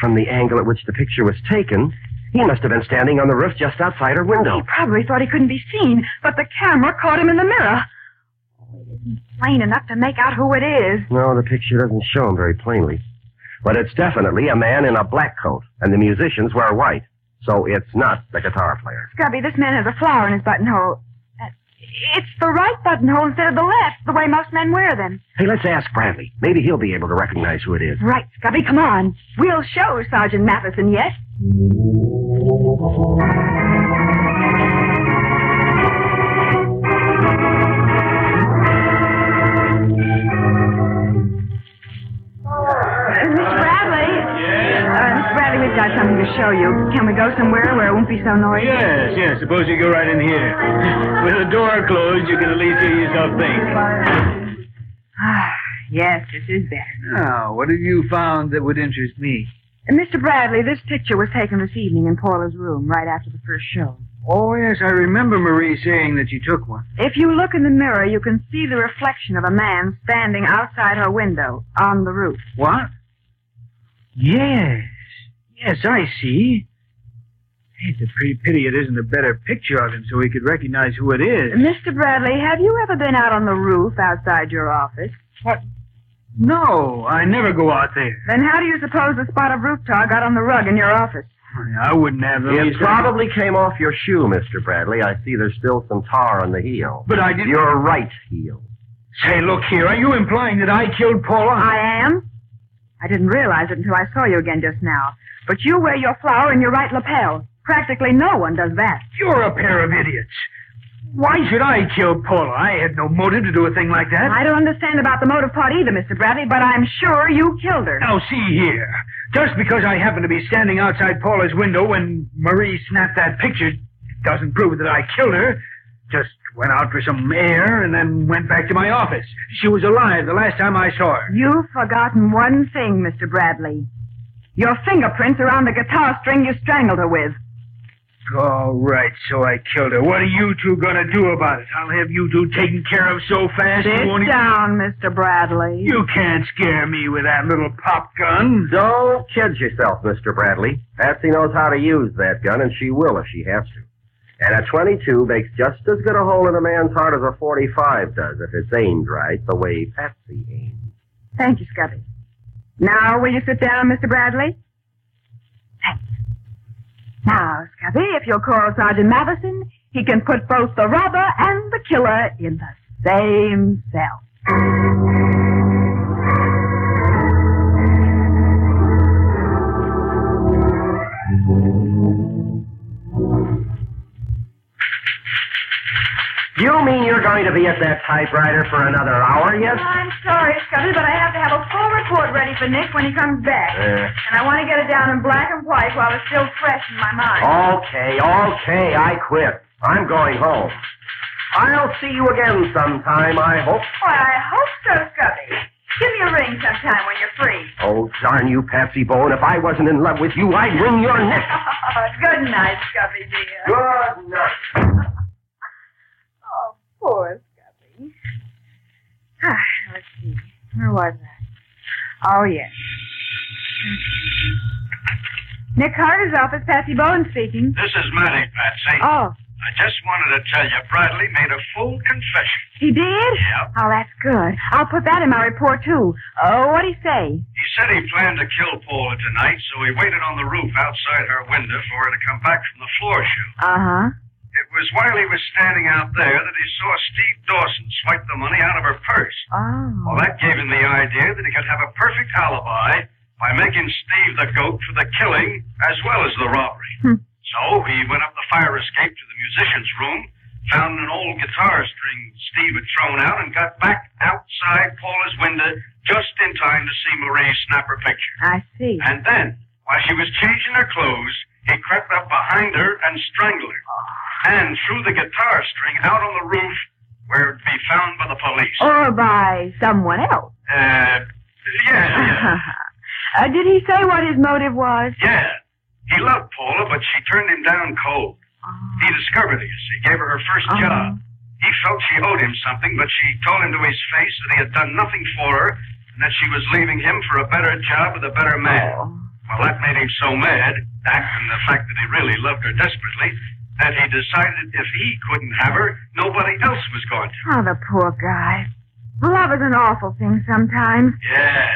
[SPEAKER 4] From the angle at which the picture was taken, he must have been standing on the roof just outside her window.
[SPEAKER 9] He probably thought he couldn't be seen, but the camera caught him in the mirror. Oh, It isn't plain enough to make out who it is.
[SPEAKER 4] No, the picture doesn't show him very plainly. But it's definitely a man in a black coat, and the musicians wear white. So it's not the guitar player.
[SPEAKER 9] Scubby, this man has a flower in his buttonhole. Uh, It's the right buttonhole instead of the left, the way most men wear them.
[SPEAKER 4] Hey, let's ask Bradley. Maybe he'll be able to recognize who it is.
[SPEAKER 9] Right, Scubby, come on. We'll show Sergeant Matheson, yes? Uh, Mr. Bradley? Yes? Uh, Mr. Bradley, we've got something to show you. Can we go somewhere where it won't be so noisy?
[SPEAKER 15] Yes, yes. Suppose you go right in here. With the door closed, you can at least hear yourself think.
[SPEAKER 9] Ah, yes, this is better.
[SPEAKER 16] Now, what have you found that would interest me?
[SPEAKER 9] Uh, Mr. Bradley, this picture was taken this evening in Paula's room right after the first show.
[SPEAKER 16] Oh, yes, I remember Marie saying that you took one.
[SPEAKER 9] If you look in the mirror, you can see the reflection of a man standing outside her window on the roof.
[SPEAKER 16] What? Yes. Yes, I see. It's a pretty pity it isn't a better picture of him so we could recognize who it is.
[SPEAKER 9] Mr. Bradley, have you ever been out on the roof outside your office? What?
[SPEAKER 16] No, I never go out there.
[SPEAKER 9] Then how do you suppose the spot of roof tar got on the rug in your office?
[SPEAKER 16] I wouldn't have the
[SPEAKER 4] It
[SPEAKER 16] least-
[SPEAKER 4] probably came off your shoe, Mr. Bradley. I see there's still some tar on the heel.
[SPEAKER 16] But I didn't-
[SPEAKER 4] Your right heel.
[SPEAKER 16] Say, look here, are you implying that I killed Paula?
[SPEAKER 9] I am. I didn't realize it until I saw you again just now. But you wear your flower in your right lapel. Practically no one does that.
[SPEAKER 16] You're a pair of idiots. Why should I kill Paula? I had no motive to do a thing like that.
[SPEAKER 9] I don't understand about the motive part either, Mr. Bradley, but I'm sure you killed her.
[SPEAKER 16] Now, see here. Just because I happened to be standing outside Paula's window when Marie snapped that picture doesn't prove that I killed her. Just went out for some air and then went back to my office. She was alive the last time I saw her.
[SPEAKER 9] You've forgotten one thing, Mr. Bradley. Your fingerprints are on the guitar string you strangled her with.
[SPEAKER 16] All right, so I killed her. What are you two gonna do about it? I'll have you two taken care of so fast
[SPEAKER 9] Sit
[SPEAKER 16] you won't even-
[SPEAKER 9] down, Mr. Bradley.
[SPEAKER 16] You can't scare me
[SPEAKER 9] *laughs*
[SPEAKER 16] with that little pop gun.
[SPEAKER 4] Don't kid yourself, Mr. Bradley. Patsy knows how to use that gun, and she will if she has to. And a 22 makes just as good a hole in a man's heart as a 45 does if it's aimed right, the way Patsy aims.
[SPEAKER 9] Thank you, Scubby. Now, will you sit down, Mr. Bradley? Thanks. Now, Scubby, if you'll call Sergeant Matheson, he can put both the robber and the killer in the same cell.
[SPEAKER 4] You mean you're going to be at that typewriter for another hour, yes?
[SPEAKER 9] I'm sorry, Scubby, but I have to have a full report ready for Nick when he comes
[SPEAKER 16] Eh.
[SPEAKER 9] back.
[SPEAKER 4] Yeah.
[SPEAKER 9] And I want to get it down in black and white while it's still fresh in my mind.
[SPEAKER 4] Okay, okay, I quit. I'm going home. I'll see you again sometime, I hope.
[SPEAKER 9] Why, I hope so, Scubby. Give me a ring sometime when you're free.
[SPEAKER 4] Oh, darn you, Patsy Bowen. If I wasn't in love with you, I'd wring your neck.
[SPEAKER 9] *laughs* Good night, Scubby dear.
[SPEAKER 4] Good night.
[SPEAKER 9] Oh, poor Scubby. Ah, let's see. Where was I? Oh, yes. Nick Carter's office, Patsy Bowen speaking.
[SPEAKER 7] This is Matty, Patsy.
[SPEAKER 9] Oh,
[SPEAKER 7] I just wanted to tell you, Bradley made a full confession.
[SPEAKER 9] he did? Yeah. Oh, that's good. I'll put that in my report, too. Oh, what'd he say?
[SPEAKER 7] He said he planned to kill Paula tonight, so he waited on the roof outside her window for her to come back from the floor shoot.
[SPEAKER 9] Uh-huh.
[SPEAKER 7] It was while he was standing out there that he saw Steve Dawson swipe the money out of her purse.
[SPEAKER 9] Oh.
[SPEAKER 7] Well, that gave him the idea that he could have a perfect alibi by making Steve the goat for the killing as well as the robbery.
[SPEAKER 9] Hmm.
[SPEAKER 7] So he went up the fire escape to the musician's room, found an old guitar string Steve had thrown out, and got back outside Paula's window just in time to see Marie snap her picture.
[SPEAKER 9] I see.
[SPEAKER 7] And then, while she was changing her clothes, he crept up behind her and strangled her,
[SPEAKER 9] Ah.
[SPEAKER 7] and threw the guitar string out on the roof where it'd be found by the police.
[SPEAKER 9] Or by someone else. *laughs*
[SPEAKER 7] Uh, yeah, yeah,
[SPEAKER 9] Uh, did he say what his motive was?
[SPEAKER 7] yeah. He loved Paula, but she turned him down cold. He discovered her, you see, gave her her 1st job. He felt she owed him something, but she told him to his face that he had done nothing for her and that she was leaving him for a better job with a better man. Well, that made him so mad, that and the fact that he really loved her desperately, that he decided if he couldn't have her, nobody else was going to.
[SPEAKER 9] Oh, the poor guy. Love is an awful thing sometimes,
[SPEAKER 7] Yeah.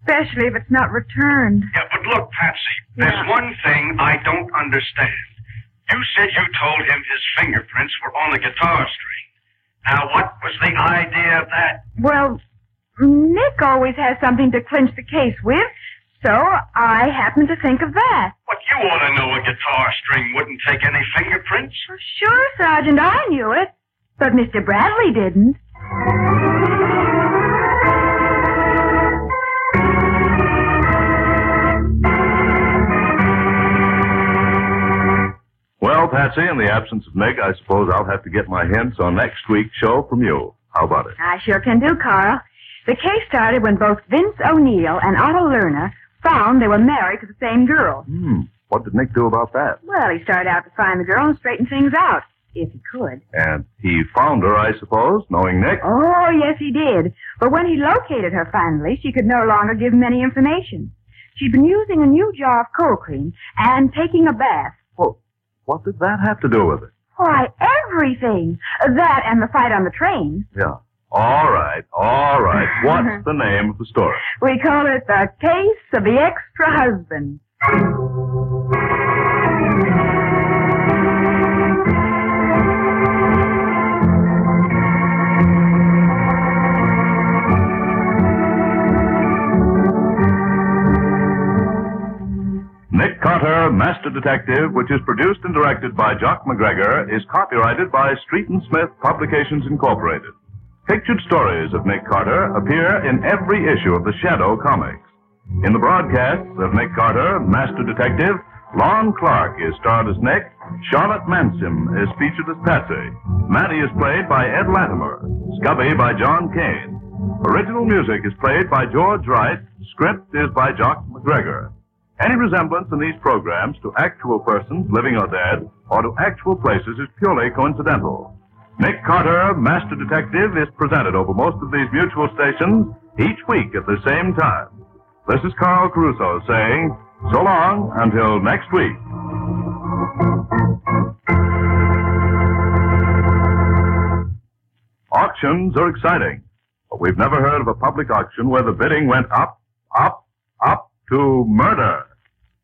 [SPEAKER 9] especially if it's not returned.
[SPEAKER 7] Yeah, but look, Patsy, there's one thing I don't understand. You said you told him his fingerprints were on the guitar string. Now, what was the idea of that?
[SPEAKER 9] Well, Nick always has something to clinch the case with, so I happened to think of that.
[SPEAKER 7] What you ought to know a guitar string wouldn't take any fingerprints.
[SPEAKER 9] Sure, Sergeant, I knew it, but Mr. Bradley didn't.
[SPEAKER 5] Well, Patsy, in the absence of Nick, I suppose I'll have to get my hints on next week's show from you. How about it?
[SPEAKER 9] I sure can do, Carl. The case started when both Vince O'Neill and Otto Lerner found they were married to the same girl.
[SPEAKER 5] Hmm. What did Nick do about that?
[SPEAKER 9] Well, he started out to find the girl and straighten things out, if he could.
[SPEAKER 5] And he found her, I suppose, knowing Nick.
[SPEAKER 9] Oh, yes, he did. But when he located her finally, she could no longer give him any information. She'd been using a new jar of cold cream and taking a bath.
[SPEAKER 5] Well, what did that have to do with it?
[SPEAKER 9] Why, everything. That and the fight on the train.
[SPEAKER 5] Yeah. All right, all right. What's the name of the story?
[SPEAKER 9] We call it the case of the extra husband.
[SPEAKER 5] Nick Carter, Master Detective, which is produced and directed by Jock McGregor, is copyrighted by Street and Smith Publications Incorporated. Pictured stories of Nick Carter appear in every issue of the Shadow Comics. In the broadcasts of Nick Carter, Master Detective, Lon Clark is starred as Nick, Charlotte Mansim is featured as Patsy, Matty is played by Ed Latimer, Scubby by John Kane. Original music is played by George Wright, script is by Jock McGregor. Any resemblance in these programs to actual persons, living or dead, or to actual places is purely coincidental. Nick Carter, Master Detective, is presented over most of these mutual stations each week at the same time. This is Carl Crusoe saying so long until next week. Auctions are exciting, but we've never heard of a public auction where the bidding went up, up, up to murder.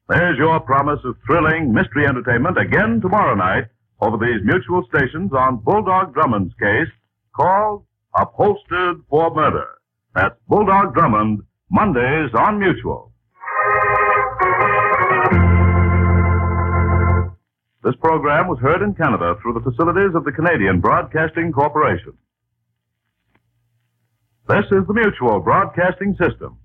[SPEAKER 5] There's your promise of thrilling mystery entertainment again tomorrow night over these mutual stations on Bulldog Drummond's case called Upholstered for Murder. That's Bulldog Drummond, Mondays on Mutual. This program was heard in Canada through the facilities of the Canadian Broadcasting Corporation. This is the Mutual Broadcasting System.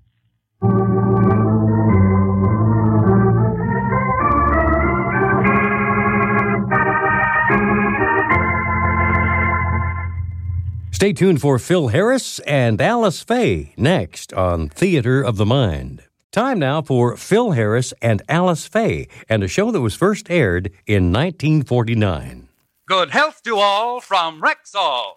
[SPEAKER 2] Stay tuned for Phil Harris and Alice Faye next on Theater of the Mind. Time now for Phil Harris and Alice Faye and a show that was first aired in 1949.
[SPEAKER 17] Good health to all from Rexall.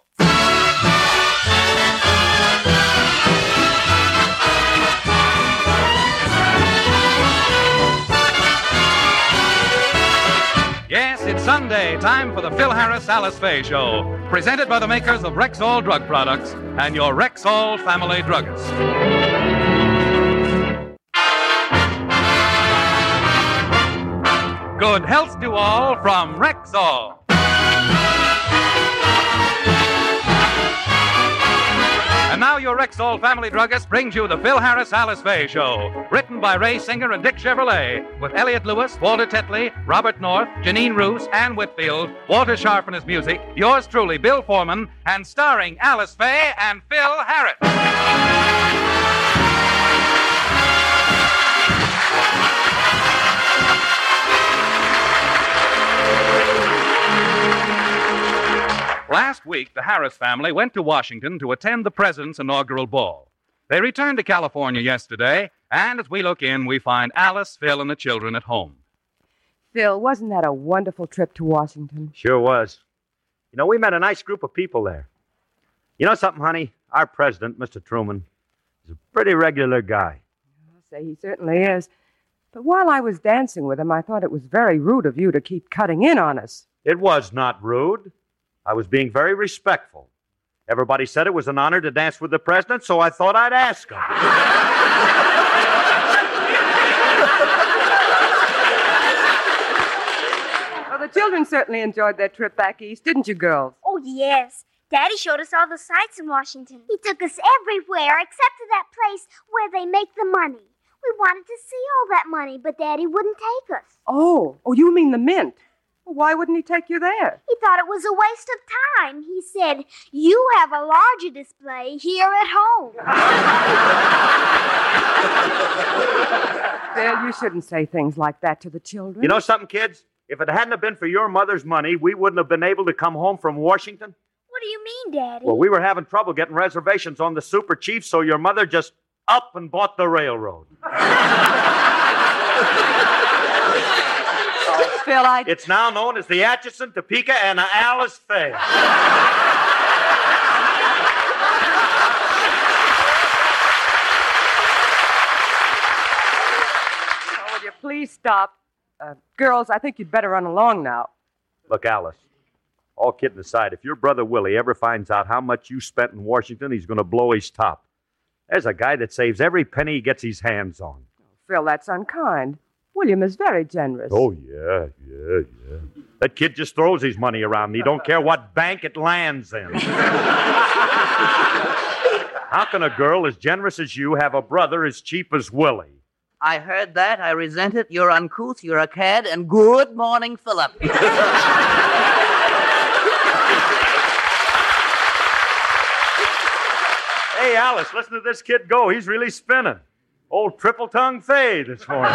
[SPEAKER 17] Yes, it's Sunday, time for the Phil Harris Alice Faye Show, presented by the makers of Rexall Drug Products and your Rexall family druggist. Good health to all from Rexall. And now your Rexall family druggist brings you the Phil Harris Alice Faye Show, written by Ray Singer and Dick Chevrolet, with Elliot Lewis, Walter Tetley, Robert North, Janine Roos, Ann Whitfield, Walter Sharp and his music, yours truly, Bill Foreman, and starring Alice Faye and Phil Harris. Last week, the Harris family went to Washington to attend the president's inaugural ball. They returned to California yesterday, and as we look in, we find Alice, Phil, and the children at home.
[SPEAKER 18] Phil, wasn't that a wonderful trip to Washington?
[SPEAKER 19] Sure was. You know, we met a nice group of people there. You know something, honey? Our president, Mr. Truman, is a pretty regular guy.
[SPEAKER 18] I'll say he certainly is. But while I was dancing with him, I thought it was very rude of you to keep cutting in on us.
[SPEAKER 19] It was not rude. I was being very respectful. Everybody said it was an honor to dance with the president, so I thought I'd ask him.
[SPEAKER 18] Well, the children certainly enjoyed their trip back east, didn't you, girls?
[SPEAKER 20] Oh, yes. Daddy showed us all the sights in Washington. He took us everywhere except to that place where they make the money. We wanted to see all that money, but Daddy wouldn't take us.
[SPEAKER 18] Oh, oh, you mean the mint. Why wouldn't he take you there?
[SPEAKER 20] He thought it was a waste of time. He said, You have a larger display here at home. *laughs*
[SPEAKER 18] Phil, you shouldn't say things like that to the children.
[SPEAKER 19] You know something, kids? If it hadn't have been for your mother's money, we wouldn't have been able to come home from Washington.
[SPEAKER 20] what do you mean, Daddy?
[SPEAKER 19] Well, we were having trouble getting reservations on the Super Chief, so your mother just up and bought the
[SPEAKER 18] *laughs*
[SPEAKER 19] railroad.
[SPEAKER 18] Phil, I.
[SPEAKER 19] It's now known as the Atchison, Topeka, and Alice Faye.
[SPEAKER 18] Oh, will you please stop? Uh, girls, I think you'd better run along now.
[SPEAKER 19] Look, Alice, all kidding aside, if your brother Willie ever finds out how much you spent in Washington, he's going to blow his top. There's a guy that saves every penny he gets his hands on.
[SPEAKER 18] Phil, that's unkind. William is very generous. *laughs*
[SPEAKER 19] Oh, yeah, yeah, yeah. That kid just throws his money around. He don't care what bank it lands in. How can a girl as generous as you have a brother as cheap as Willie?
[SPEAKER 21] I heard that. I resent it. You're uncouth. You're a cad. And good morning, Philip. *laughs*
[SPEAKER 19] Hey, Alice, listen to this kid go. He's really spinning. Old triple tongue Fay this
[SPEAKER 21] *laughs*
[SPEAKER 19] morning.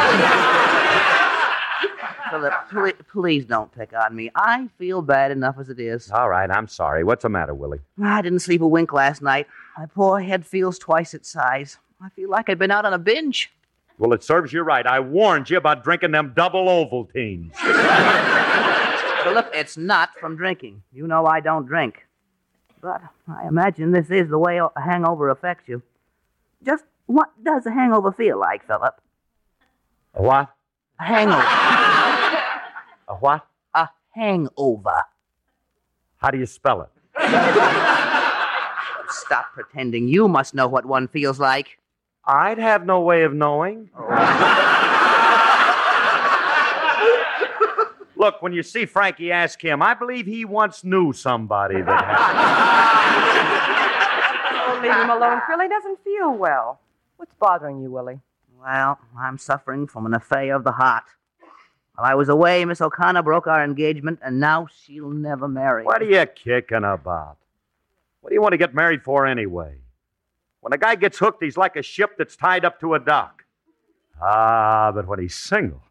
[SPEAKER 21] Philip, ple- please don't pick on me. I feel bad enough as it is.
[SPEAKER 19] All right, I'm sorry. What's the matter, Willie?
[SPEAKER 21] I didn't sleep a wink last night. My poor head feels twice its size. I feel like I've been out on a binge.
[SPEAKER 19] Well, it serves you right. I warned you about drinking them double Ovaltines.
[SPEAKER 21] Philip, it's not from drinking. You know I don't drink. But I imagine this is the way a hangover affects you. Just what does a hangover feel like, Philip?
[SPEAKER 19] A what?
[SPEAKER 21] A hangover.
[SPEAKER 19] *laughs* A what?
[SPEAKER 21] A hangover.
[SPEAKER 19] How do you spell it?
[SPEAKER 21] Stop pretending you must know what one feels like.
[SPEAKER 19] I'd have no way of knowing. Look, when you see Frankie, ask him. I believe he once knew somebody that had.
[SPEAKER 18] Oh, leave him alone. Philly doesn't feel well. What's bothering you, Willie?
[SPEAKER 21] Well, I'm suffering from an affair of the heart. While I was away, Miss O'Connor broke our engagement, and now she'll never marry.
[SPEAKER 19] What are you kicking about? What do you want to get married for anyway? When a guy gets hooked, he's like a ship that's tied up to a dock. Ah, but when he's single,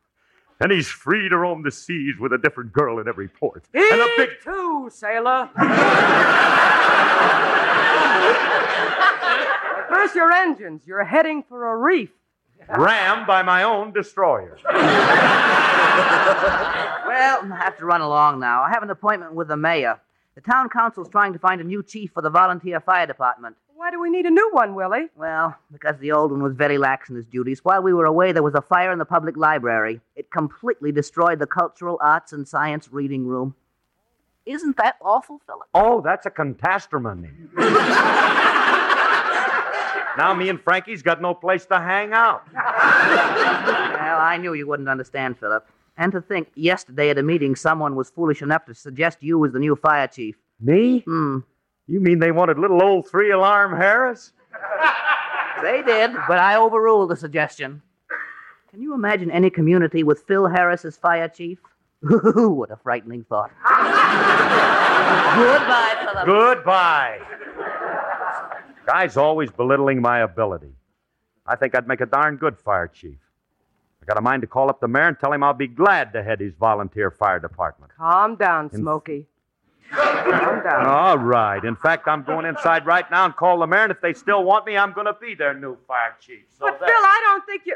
[SPEAKER 19] then he's free to roam the seas with a different girl in every port.
[SPEAKER 18] And a big two, sailor. Reverse your engines. You're heading for a reef.
[SPEAKER 19] Rammed by my own destroyer. *laughs*
[SPEAKER 21] Well, I have to run along now. I have an appointment with the mayor. The town council's trying to find a new chief for the volunteer fire department.
[SPEAKER 18] Why do we need a new one, Willie?
[SPEAKER 21] Well, Because the old one was very lax in his duties. While we were away, there was a fire in the public library. It completely destroyed the cultural arts and science reading room. Isn't that awful, Philip?
[SPEAKER 19] Oh, that's a catastrophe. now me and Frankie's got no place to hang out.
[SPEAKER 21] Well, I knew you wouldn't understand, Philip. And to think, yesterday at a meeting, someone was foolish enough to suggest you was the new fire chief.
[SPEAKER 19] Me?
[SPEAKER 21] Hmm.
[SPEAKER 19] You mean they wanted little old three alarm Harris?
[SPEAKER 21] They did, but I overruled the suggestion. Can you imagine any community with Phil Harris as fire chief? *laughs* what a frightening thought. Goodbye, Philip.
[SPEAKER 19] Goodbye. Guy's always belittling my ability. I think I'd make a darn good fire chief. I got a mind to call up the mayor and tell him I'll be glad to head his volunteer fire department.
[SPEAKER 18] Calm down, Smokey. Calm down.
[SPEAKER 19] All right. In fact, I'm going inside right now and call the mayor, and if they still want me, I'm going to be their new fire chief. So
[SPEAKER 18] But, Phil, I don't think you.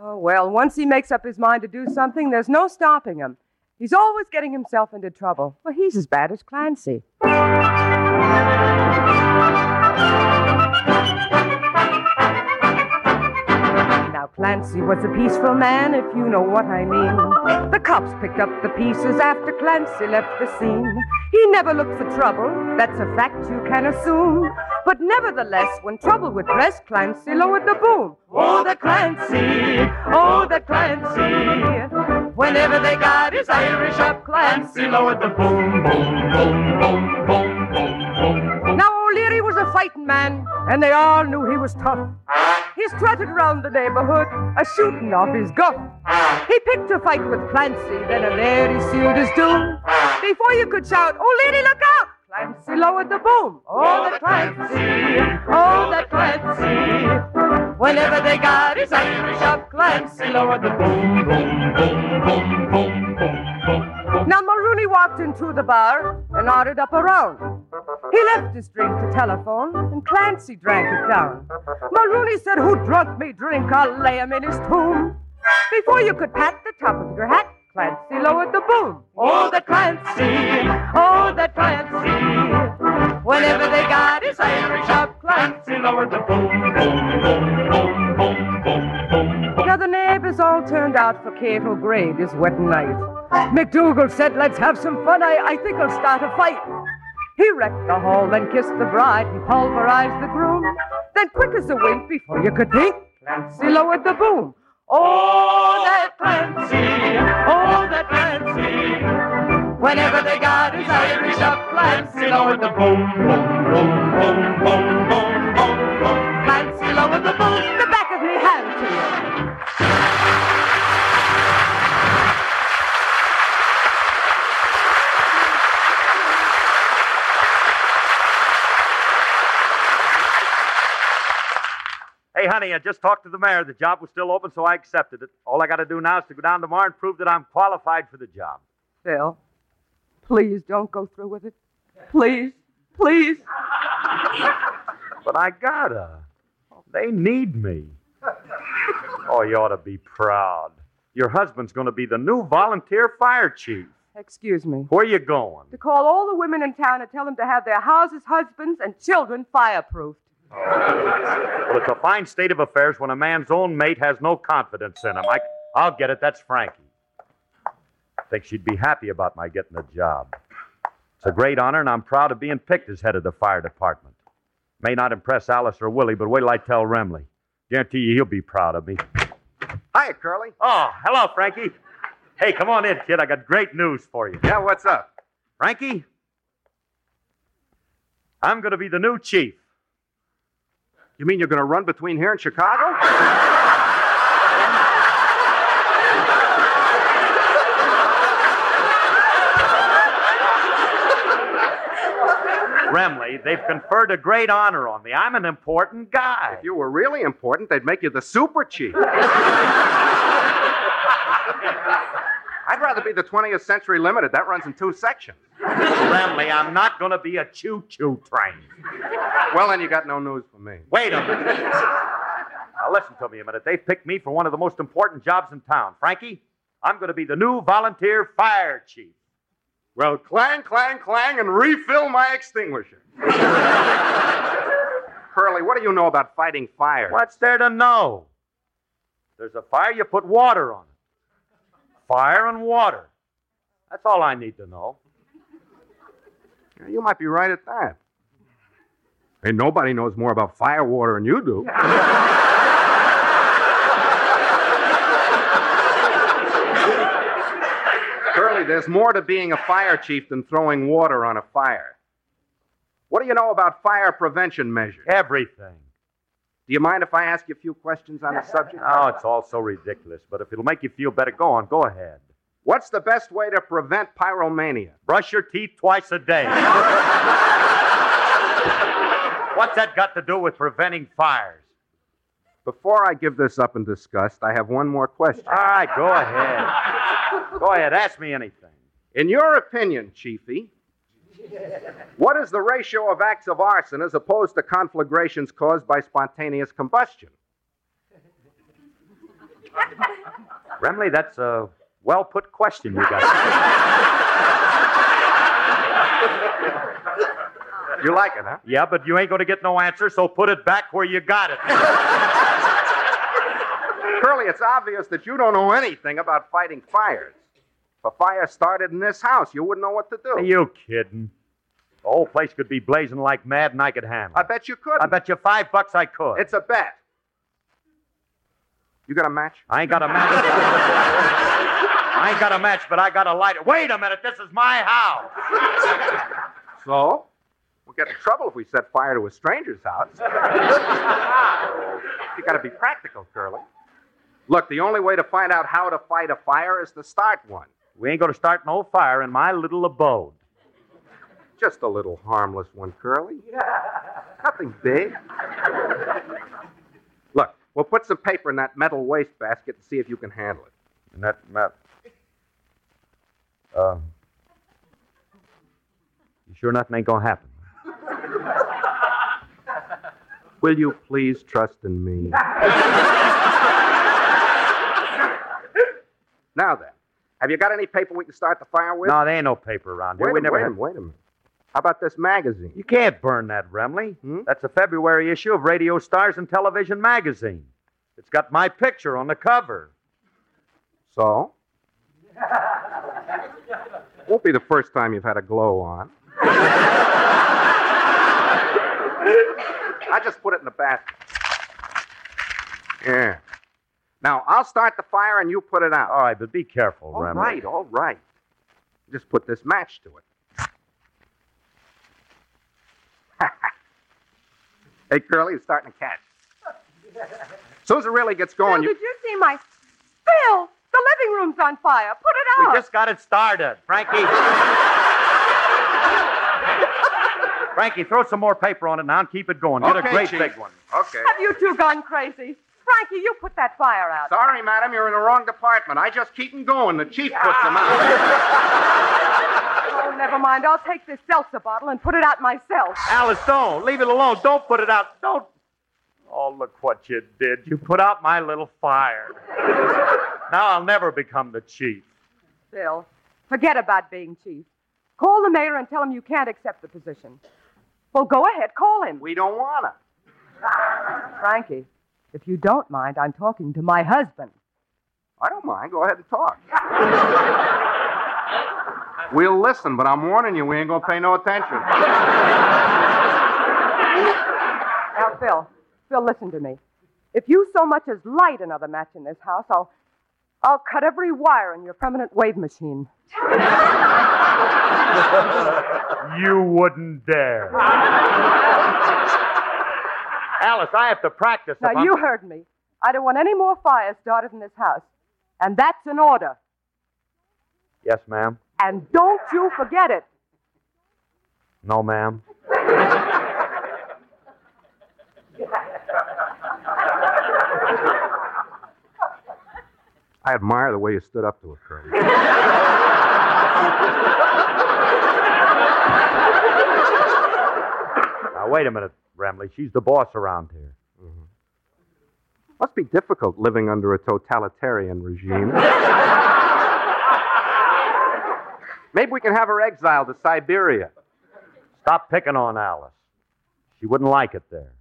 [SPEAKER 18] Oh, well, once he makes up his mind to do something, there's no stopping him. He's always getting himself into trouble. Well, he's as bad as Clancy. Now, Clancy was a peaceful man, if you know what I mean. The cops picked up the pieces after Clancy left the scene. He never looked for trouble, that's a fact you can assume. But nevertheless, when trouble would press, Clancy lowered the boom. Oh, the Clancy! Oh, the Clancy! Whenever they got his Irish up, Clancy lowered the boom, boom, boom, boom, boom, boom, boom. Now, O'Leary was a fighting man, and they all knew he was tough. He strutted round the neighborhood, a shooting off his guff. He picked a fight with Clancy, then O'Leary sealed his doom. Before you could shout, O'Leary, look out! Clancy lowered the boom. Oh, the Clancy! Oh, the Clancy! Whenever they got his Irish up, Clancy lowered the boom, boom, boom, boom, boom, boom, boom. Now Mulrooney walked into the bar and ordered up a round. He left his drink to telephone, and Clancy drank it down. Mulrooney said, Who drunk me drink? I'll lay him in his tomb. Before you could pat the top of your hat, Clancy lowered the boom. Oh, the Clancy! Oh, the Clancy! Whenever they got his Irish up, Clancy lowered the boom, boom, boom, boom, boom, boom, boom. Now the neighbors all turned out for Kate O'Grady this wedding night. McDougal said, Let's have some fun. I, I think I'll start a fight. He wrecked the hall, then kissed the bride and pulverized the groom. Then, quick as a wink, before you could think, Clancy lowered the boom. Oh, that Clancy! Oh, that Clancy! Whenever they got his Irish up, Clancy lowered the boom, boom, boom, boom, boom, boom, boom, boom. Clancy lowered the boom, the back of me hand to you.
[SPEAKER 19] Hey, honey, I just talked to the mayor. The job was still open, so I accepted it. All I got to do now is to go down tomorrow and prove that I'm qualified for the job.
[SPEAKER 18] Phil, please don't go through with it. Please, please.
[SPEAKER 19] But I gotta. They need me. Oh, you ought to be proud. Your husband's going to be the new volunteer fire chief.
[SPEAKER 18] Excuse me.
[SPEAKER 19] Where you going?
[SPEAKER 18] To call all the women in town and tell them to have their houses, husbands, and children fireproofed.
[SPEAKER 19] Well, it's a fine state of affairs when a man's own mate has no confidence in him. I, I'll get it. That's Frankie. Think she'd be happy about my getting the job. It's a great honor, and I'm proud of being picked as head of the fire department. May not impress Alice or Willie, but wait till I tell Remley. Guarantee you he'll be proud of me. Hiya, Curly. Oh, hello, Frankie. Hey, come on in, kid. I got great news for you. Yeah, what's up? Frankie, I'm going to be the new chief.
[SPEAKER 11] You mean you're going to run between here and Chicago?
[SPEAKER 18] *laughs*
[SPEAKER 19] Remley, they've conferred a great honor on me. I'm an important guy.
[SPEAKER 11] If you were really important, they'd make you the super chief. I'd rather be the 20th Century Limited. That runs in two sections.
[SPEAKER 19] Remley, I'm not going to be a choo choo train.
[SPEAKER 11] Well, then you got no news for me.
[SPEAKER 19] Wait a minute. Now, listen to me a minute. They've picked me for one of the most important jobs in town. Frankie, I'm going to be the new volunteer fire chief.
[SPEAKER 11] Well, clang, clang, clang, and refill my extinguisher. *laughs* Curly, what do you know about fighting fire?
[SPEAKER 19] What's there to know? There's a fire, you put water on it. Fire and water. That's all I need to know.
[SPEAKER 11] You might be right at that. Hey, nobody knows more about fire water than you do. Curly, there's more to being a fire chief than throwing water on a fire. What do you know about fire prevention measures?
[SPEAKER 19] Everything.
[SPEAKER 11] Do you mind if I ask you a few questions on the subject?
[SPEAKER 19] Oh, it's all so ridiculous, but if it'll make you feel better, go on, go ahead.
[SPEAKER 11] What's the best way to prevent pyromania?
[SPEAKER 19] Brush your teeth twice a
[SPEAKER 11] *laughs*
[SPEAKER 19] day. What's that got to do with preventing fires?
[SPEAKER 11] Before I give this up in disgust, I have one more question.
[SPEAKER 19] All right, go ahead. Go ahead, ask me anything.
[SPEAKER 11] In your opinion, Chiefy, what is the ratio of acts of arson as opposed to conflagrations caused by spontaneous combustion?
[SPEAKER 19] Remley, that's a well put question you got.
[SPEAKER 11] You like it, huh?
[SPEAKER 19] Yeah, but you ain't going to get no answer, so put it back where you got
[SPEAKER 11] *laughs*
[SPEAKER 19] it.
[SPEAKER 11] Curly, it's obvious that you don't know anything about fighting fires. If a fire started in this house, you wouldn't know what to do.
[SPEAKER 19] Are you kidding? The whole place could be blazing like mad, and I could handle
[SPEAKER 11] I
[SPEAKER 19] it.
[SPEAKER 11] bet you couldn't.
[SPEAKER 19] I bet you five bucks I could.
[SPEAKER 11] It's a bet. You got a match?
[SPEAKER 19] I ain't got a match. I ain't got a match, but I got a lighter. Wait a minute, this is my house.
[SPEAKER 11] So? We'll get in trouble if we set fire to a stranger's house. *laughs* you got to be practical, Curly. Look, the only way to find out how to fight a fire is to start one.
[SPEAKER 19] We ain't going to start no fire in my little abode.
[SPEAKER 11] Just a little harmless one, Curly. Nothing big. Look, we'll put some paper in that metal wastebasket and see if you can handle it.
[SPEAKER 19] And that, that. Uh,
[SPEAKER 11] um,
[SPEAKER 19] you sure nothing ain't going to happen?
[SPEAKER 11] Will you please trust in me? now then, have you got any paper we can start the fire with?
[SPEAKER 19] No, there ain't no paper around here.
[SPEAKER 11] Wait,
[SPEAKER 19] we
[SPEAKER 11] a,
[SPEAKER 19] never
[SPEAKER 11] wait,
[SPEAKER 19] had-
[SPEAKER 11] a, wait a minute. How about this magazine? Hmm?
[SPEAKER 19] You can't burn that, Remley. That's a February issue of Radio Stars and Television Magazine. It's got my picture on the cover.
[SPEAKER 11] So? Won't be the first time you've had a glow on. I just put it in the basket. Yeah. Now, I'll start the fire and you put it out.
[SPEAKER 19] All right, but be careful,
[SPEAKER 11] All
[SPEAKER 19] Remley.
[SPEAKER 11] right, all right. Just put this match to it. *laughs* hey, Curly, it's starting to catch. As soon as it really gets
[SPEAKER 18] Phil,
[SPEAKER 11] going, you.
[SPEAKER 18] did you see my. Phil! The living room's on fire. Put it
[SPEAKER 19] We
[SPEAKER 18] out.
[SPEAKER 19] just got it started.
[SPEAKER 11] *laughs*
[SPEAKER 19] Frankie. Frankie, throw some more paper on it now and keep it going. Get
[SPEAKER 11] Okay,
[SPEAKER 19] a great
[SPEAKER 11] Chief.
[SPEAKER 19] big one.
[SPEAKER 11] Okay.
[SPEAKER 18] Have you two gone crazy? Frankie, you put that fire
[SPEAKER 19] *laughs*
[SPEAKER 18] out.
[SPEAKER 11] Sorry, madam, you're in the wrong department. I just keep 'em going. The chief puts them out.
[SPEAKER 18] Oh, never mind. I'll take this seltzer bottle and put it out myself.
[SPEAKER 19] Alice, don't. Leave it alone. Don't put it out. Don't. Oh, look what you did. You put out my little
[SPEAKER 11] *laughs*
[SPEAKER 19] fire. now I'll never become the chief.
[SPEAKER 18] Bill, forget about being chief. Call the mayor and tell him you can't accept the position. Well, go ahead, call him.
[SPEAKER 11] We don't want to.
[SPEAKER 18] Frankie, if you don't mind, I'm talking to my husband.
[SPEAKER 11] I don't mind. Go ahead and
[SPEAKER 19] *laughs*
[SPEAKER 11] talk. We'll listen, but I'm warning you, we ain't going to pay no attention.
[SPEAKER 18] Now, Phil, Phil, listen to me. If you so much as light another match in this house, I'll, I'll cut every wire in your permanent wave machine.
[SPEAKER 19] You wouldn't dare. Alice, I have to practice. if
[SPEAKER 18] Now,
[SPEAKER 19] I'm-
[SPEAKER 18] you heard me. I don't want any more fires started in this house. And that's an order.
[SPEAKER 19] Yes, ma'am.
[SPEAKER 18] And don't you forget it.
[SPEAKER 19] No, ma'am.
[SPEAKER 11] I admire the way you stood up to it, Curly.
[SPEAKER 19] Now, wait a minute, Remley. She's the boss around here.
[SPEAKER 11] Must be difficult living under a
[SPEAKER 19] *laughs*
[SPEAKER 11] totalitarian regime. Maybe we can have her exiled to Siberia.
[SPEAKER 19] Stop picking on Alice. She wouldn't like it there.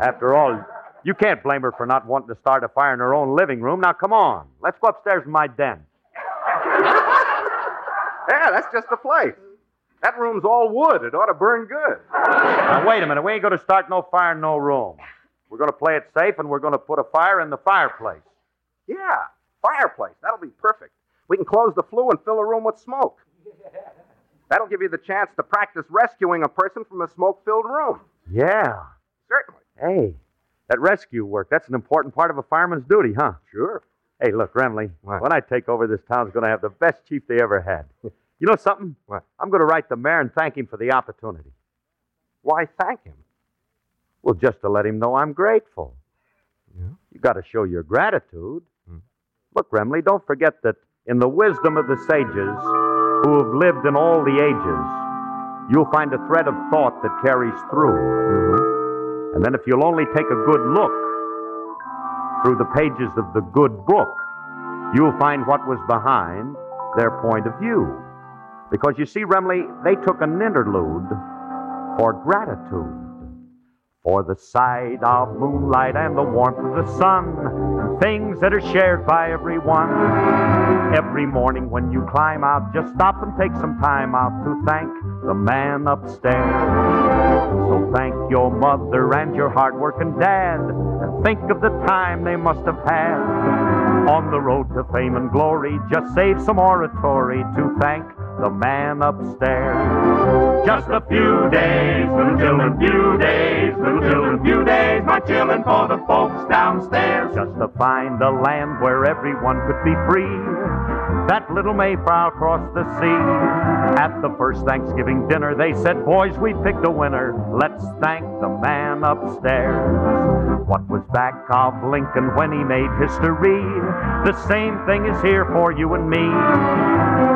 [SPEAKER 19] After all, you can't blame her for not wanting to start a fire in her own living room. Now, come on. Let's go upstairs in my den.
[SPEAKER 11] Yeah, that's just the place. That room's all wood. It ought to burn good.
[SPEAKER 19] Now, wait a minute. We ain't going to start no fire in no room. We're going to play it safe, and we're going to put a fire in the fireplace.
[SPEAKER 11] Yeah, fireplace. That'll be perfect. We can close the flue and fill a room with smoke. That'll give you the chance to practice rescuing a person from a smoke filled room.
[SPEAKER 19] Yeah.
[SPEAKER 11] Certainly.
[SPEAKER 19] Hey, that rescue work, that's an important part of a fireman's duty, huh? Sure. Hey, look, Remley, when I take over, this town's going to have the best chief they ever *laughs* had. You know something? What? I'm going to write the mayor and thank him for the opportunity.
[SPEAKER 11] Why, thank him.
[SPEAKER 19] Well, just to let him know I'm grateful. You got to show your gratitude. Look, Remley, don't forget that in the wisdom of the sages who have lived in all the ages, you'll find a thread of thought that carries through. And then, if you'll only take a good look through the pages of the good book, you'll find what was behind their point of view. Because you see, Remley, they took an interlude for gratitude. For the sight of moonlight and the warmth of the sun, things that are shared by everyone. Every morning when you climb out, just stop and take some time out to thank the man upstairs. So thank your mother and your hardworking dad, and think of the time they must have had. On the road to fame and glory, just save some oratory to thank the man upstairs. Just a few days, little children, few days, little children, few days, my children, for the folks downstairs. Just to find a land where everyone could be free. That little Mayflower crossed the sea. At the first Thanksgiving dinner, they said, Boys, we picked a winner. Let's thank the man upstairs. What was back of Lincoln when he made history? The same thing is here for you and me.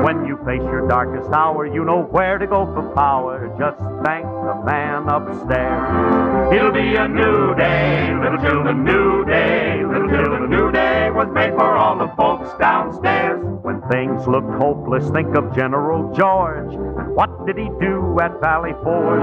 [SPEAKER 19] When you face your darkest hour, you know where to go for power. Just thank the man upstairs. It'll be a new day, little children, new day, little children, new day was made for all the folks downstairs. When things look hopeless, think of General George. And what did he do at Valley Forge?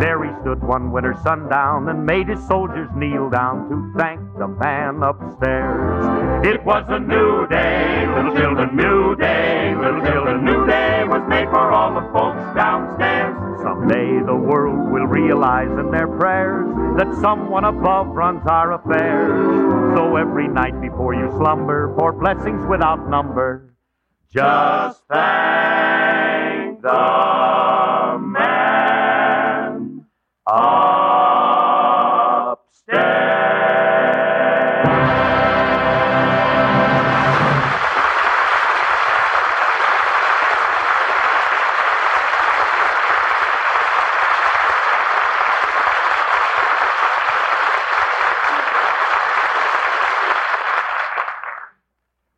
[SPEAKER 19] There he stood one winter sundown and made his soldiers kneel down to thank the man upstairs. It was a new day, little children, new day, little children, new day was made for all the folks downstairs. Someday the world will realize in their prayers that someone above runs our affairs. So every night before you slumber, for blessings without number, just thank the man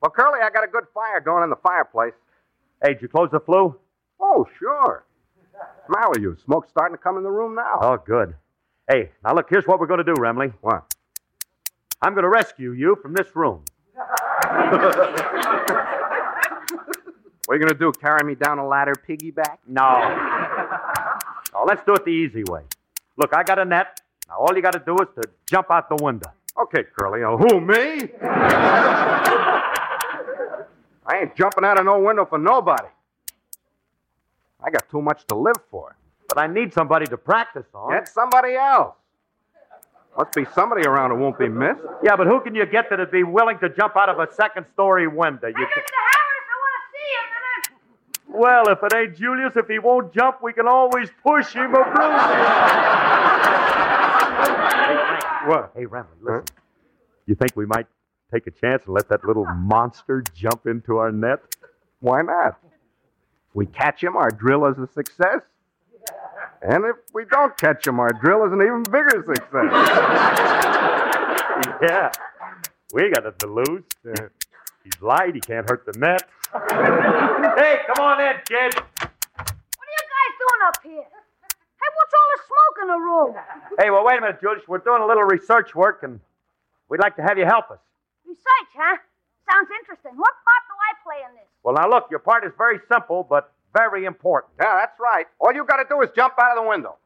[SPEAKER 11] Well, Curly, I got a good fire going in the fireplace.
[SPEAKER 19] Hey, did you close the flue?
[SPEAKER 11] Oh, sure. What's the matter with you? Smoke's starting to come in the room now.
[SPEAKER 19] Oh, good. Hey, now look, here's what we're going to do, Remley. What? I'm going to rescue you from this room.
[SPEAKER 11] What are you going to do? Carry me down a ladder piggyback?
[SPEAKER 19] No. No, let's do it the easy way. Look, I got a net. Now all you got to do is to jump out the window. Okay, Curly. Oh, who me?
[SPEAKER 11] I ain't jumping out of no window for nobody. I got too much to live for.
[SPEAKER 19] But I need somebody to practice on.
[SPEAKER 11] Get somebody else. Must be somebody around who won't be missed.
[SPEAKER 19] Yeah, but who can you get that'd be willing to jump out of a second-story window? You can... Well, if it ain't Julius, if he won't jump, we can always push him or bruise him. What? Hey, Remley, listen. You think we might take a chance and let that little monster jump into our net?
[SPEAKER 11] Why not? If we catch him, our drill is a success. And if we don't catch him, our drill is an even bigger success.
[SPEAKER 19] *laughs* Yeah. We got nothing to lose. He's light. He can't hurt the net. hey, come on in, kid.
[SPEAKER 22] What are you guys doing up here? Hey, what's all the smoke in the room?
[SPEAKER 19] Hey, well, wait a minute, Julius. We're doing a little research work, and we'd like to have you help us.
[SPEAKER 22] Research, huh? Sounds interesting. What part do I play in this?
[SPEAKER 19] Well, now look, your part is very simple, but very important.
[SPEAKER 11] Yeah, that's right. All you got to do is jump out of the window.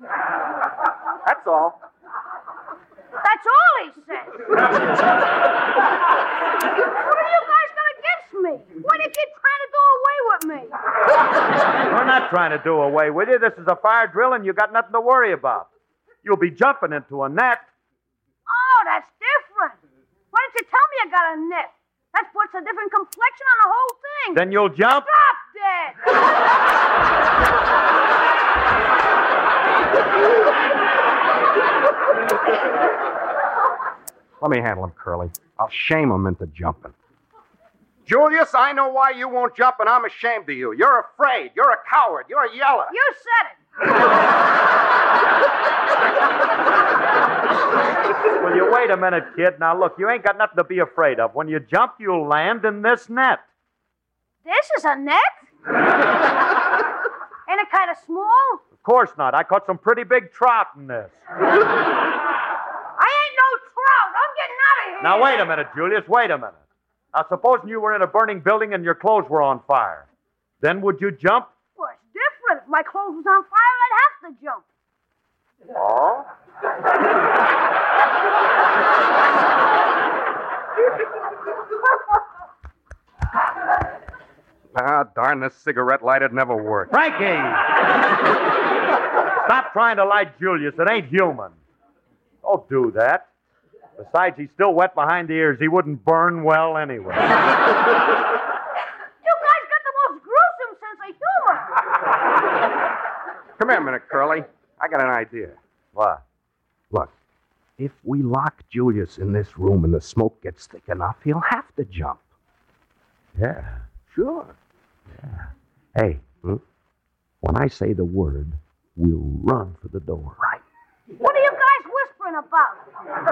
[SPEAKER 11] That's all.
[SPEAKER 22] That's all he said. what have you guys got against me? Why do you keep trying to do away with me?
[SPEAKER 19] We're not trying to do away with you. This is a fire drill, and you got nothing to worry about. You'll be jumping into a net.
[SPEAKER 22] Oh, that's different. Why didn't you tell me I got a net? That puts a different complexion on the whole thing.
[SPEAKER 19] Then you'll jump?
[SPEAKER 22] Stop that!
[SPEAKER 11] Let me handle him, Curly. I'll shame him into jumping.
[SPEAKER 4] Julius, I know why you won't jump, and I'm ashamed of you. You're afraid. You're a coward. You're a yeller.
[SPEAKER 22] you said it.
[SPEAKER 19] Will you wait a minute, kid? Now look, you ain't got nothing to be afraid of. When you jump, you'll land in this net.
[SPEAKER 22] This is a net? Ain't it kind of small?
[SPEAKER 19] Of course not. I caught some pretty big trout in this.
[SPEAKER 22] I ain't no trout. I'm getting out of here.
[SPEAKER 19] Now wait a minute, Julius. Wait a minute. Now supposing you were in a burning building and your clothes were on fire, then would you jump?
[SPEAKER 22] Well, it's different. If my clothes was on fire, I'd have to jump.
[SPEAKER 19] Oh.
[SPEAKER 11] Ah, darn, this cigarette lighter'd never work.
[SPEAKER 19] Frankie! Stop trying to lie, Julius. It ain't human. Don't do that. Besides, he's still wet behind the ears. He wouldn't burn
[SPEAKER 4] *laughs*
[SPEAKER 19] well anyway.
[SPEAKER 22] You guys got the most gruesome sense of humor.
[SPEAKER 11] Come here a minute, Curly. I got an idea.
[SPEAKER 19] What?
[SPEAKER 11] Look, if we lock Julius in this room and the smoke gets thick enough, he'll have to jump.
[SPEAKER 19] Yeah.
[SPEAKER 11] Sure.
[SPEAKER 19] Hey,
[SPEAKER 11] hmm? when I say the word, we'll run for the door. Right.
[SPEAKER 22] What are you guys whispering about?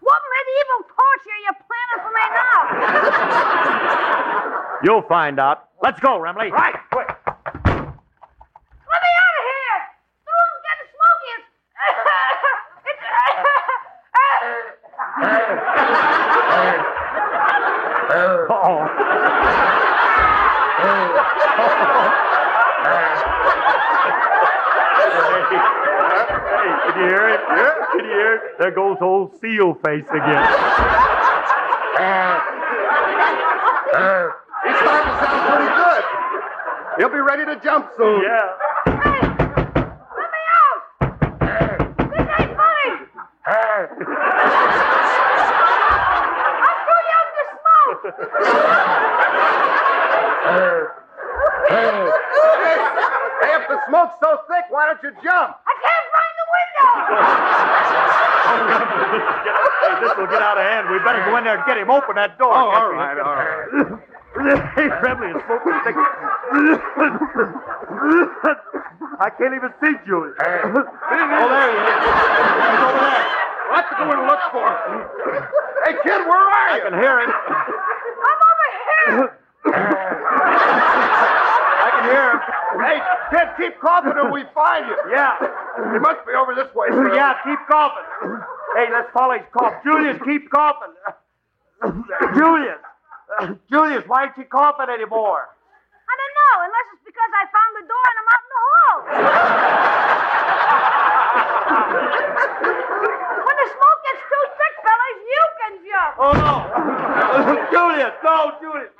[SPEAKER 22] What medieval torture are you planning for me now?
[SPEAKER 19] You'll find out. Let's go, Remley. Right.
[SPEAKER 22] Let me out of here! The room's getting smoky. It's.
[SPEAKER 10] Oh.
[SPEAKER 19] Hey, can you hear it? Yeah. Can you hear it? There goes old seal face again.
[SPEAKER 4] He's starting to sound pretty good. He'll be ready to jump soon.
[SPEAKER 19] Yeah.
[SPEAKER 22] This ain't funny. I'm too young to smoke.
[SPEAKER 4] Hey, if *laughs* the smoke's so thick, why don't you jump?
[SPEAKER 22] I can't find the window.
[SPEAKER 19] hey, this will get out of hand. We better go in there and get him. Open that door.
[SPEAKER 4] Oh, all right, all
[SPEAKER 19] right. hey, Remley, it's smoking thick. I can't even see Julie. oh, there he is. He's over there.
[SPEAKER 4] We'll have to go and look for him. Hey, kid, where are you?
[SPEAKER 19] I can hear him.
[SPEAKER 22] I'm over here.
[SPEAKER 19] I can hear him.
[SPEAKER 10] Hey, Ted, keep coughing or we find you. Yeah. It must be over this way. Fred.
[SPEAKER 23] Yeah, keep coughing. Hey, let's follow his cough. Julius, keep coughing. Julius. Julius, why ain't you coughing anymore?
[SPEAKER 22] I don't know, unless it's because I found the door and I'm out in the hall. *laughs* when the smoke gets too thick, fellas, you can jump.
[SPEAKER 23] Oh, no. Julius, no, Julius.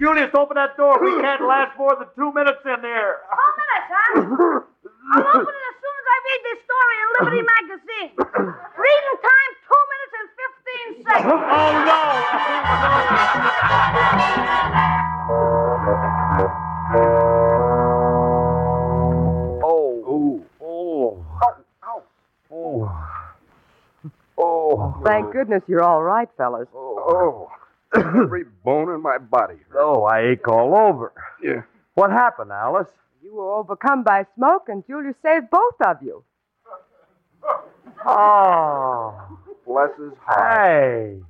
[SPEAKER 23] Julius, open that door. We can't last more than two minutes in there.
[SPEAKER 22] Four minutes, huh? I'll open it as soon as I read this story in Liberty Magazine. Reading time, two minutes and 15 seconds.
[SPEAKER 23] Oh, no.
[SPEAKER 10] Oh. Oh. Oh. Oh. *laughs* Oh.
[SPEAKER 18] Thank goodness you're all right, fellas.
[SPEAKER 10] Oh. Every bone in my body.
[SPEAKER 19] Oh, I ache all over. Yeah. What happened, Alice?
[SPEAKER 18] You were overcome by smoke, and Julius saved both of you.
[SPEAKER 19] Oh,
[SPEAKER 10] Bless his heart.
[SPEAKER 19] hey.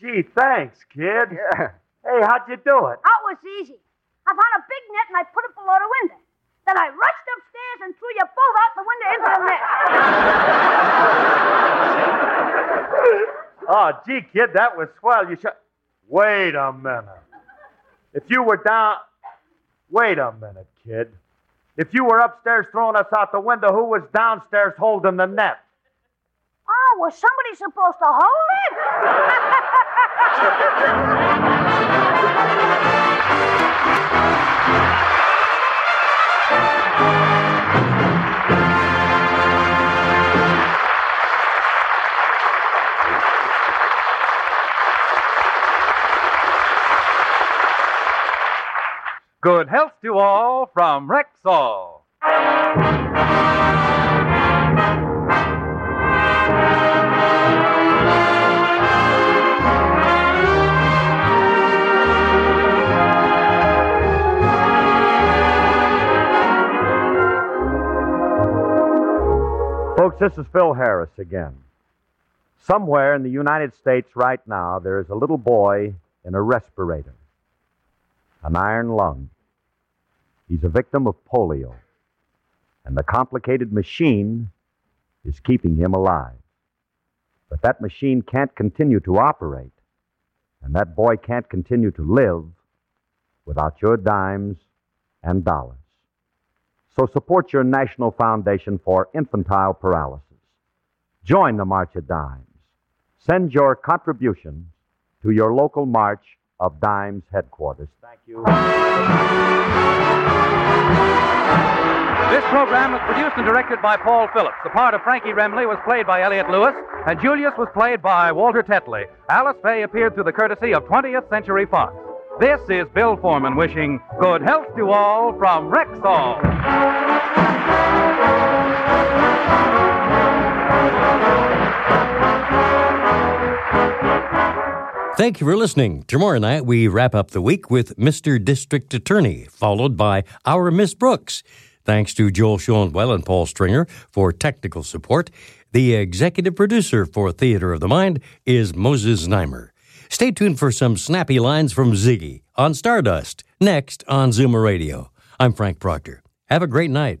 [SPEAKER 19] Gee, thanks, kid. Yeah. Hey, how'd you do it?
[SPEAKER 22] That Oh, was easy. I found a big net and I put it below the window. Then I rushed upstairs and threw you both out the window into the net.
[SPEAKER 19] Oh, gee, kid, that was swell. You should. Wait a minute. If you were down. Wait a minute, kid. If you were upstairs throwing us out the window, who was downstairs holding the net?
[SPEAKER 22] oh, was somebody supposed to hold it? *laughs*
[SPEAKER 17] Good health to all from Rexall.
[SPEAKER 19] Folks, this is Phil Harris again. Somewhere in the United States right now, there is a little boy in a respirator, an iron lung. He's a victim of polio, and the complicated machine is keeping him alive. But that machine can't continue to operate, and that boy can't continue to live without your dimes and dollars. So support your National Foundation for Infantile Paralysis. Join the March of Dimes. Send your contributions to your local March of Dimes headquarters. Thank you.
[SPEAKER 17] This program was produced and directed by Paul Phillips. The part of Frankie Remley was played by Elliot Lewis, and Julius was played by Walter Tetley. Alice Faye appeared through the courtesy of 20th Century Fox. This is Bill Foreman wishing good health to all from Rexall.
[SPEAKER 2] Thank you for listening. Tomorrow night, we wrap up the week with Mr. District Attorney, followed by Our Miss Brooks. Thanks to Joel Schoenwell and Paul Stringer for technical support. The executive producer for Theater of the Mind is Moses Neimer. Stay tuned for some snappy lines from Ziggy on Stardust, next on Zoomer Radio. I'm Frank Proctor. Have a great night.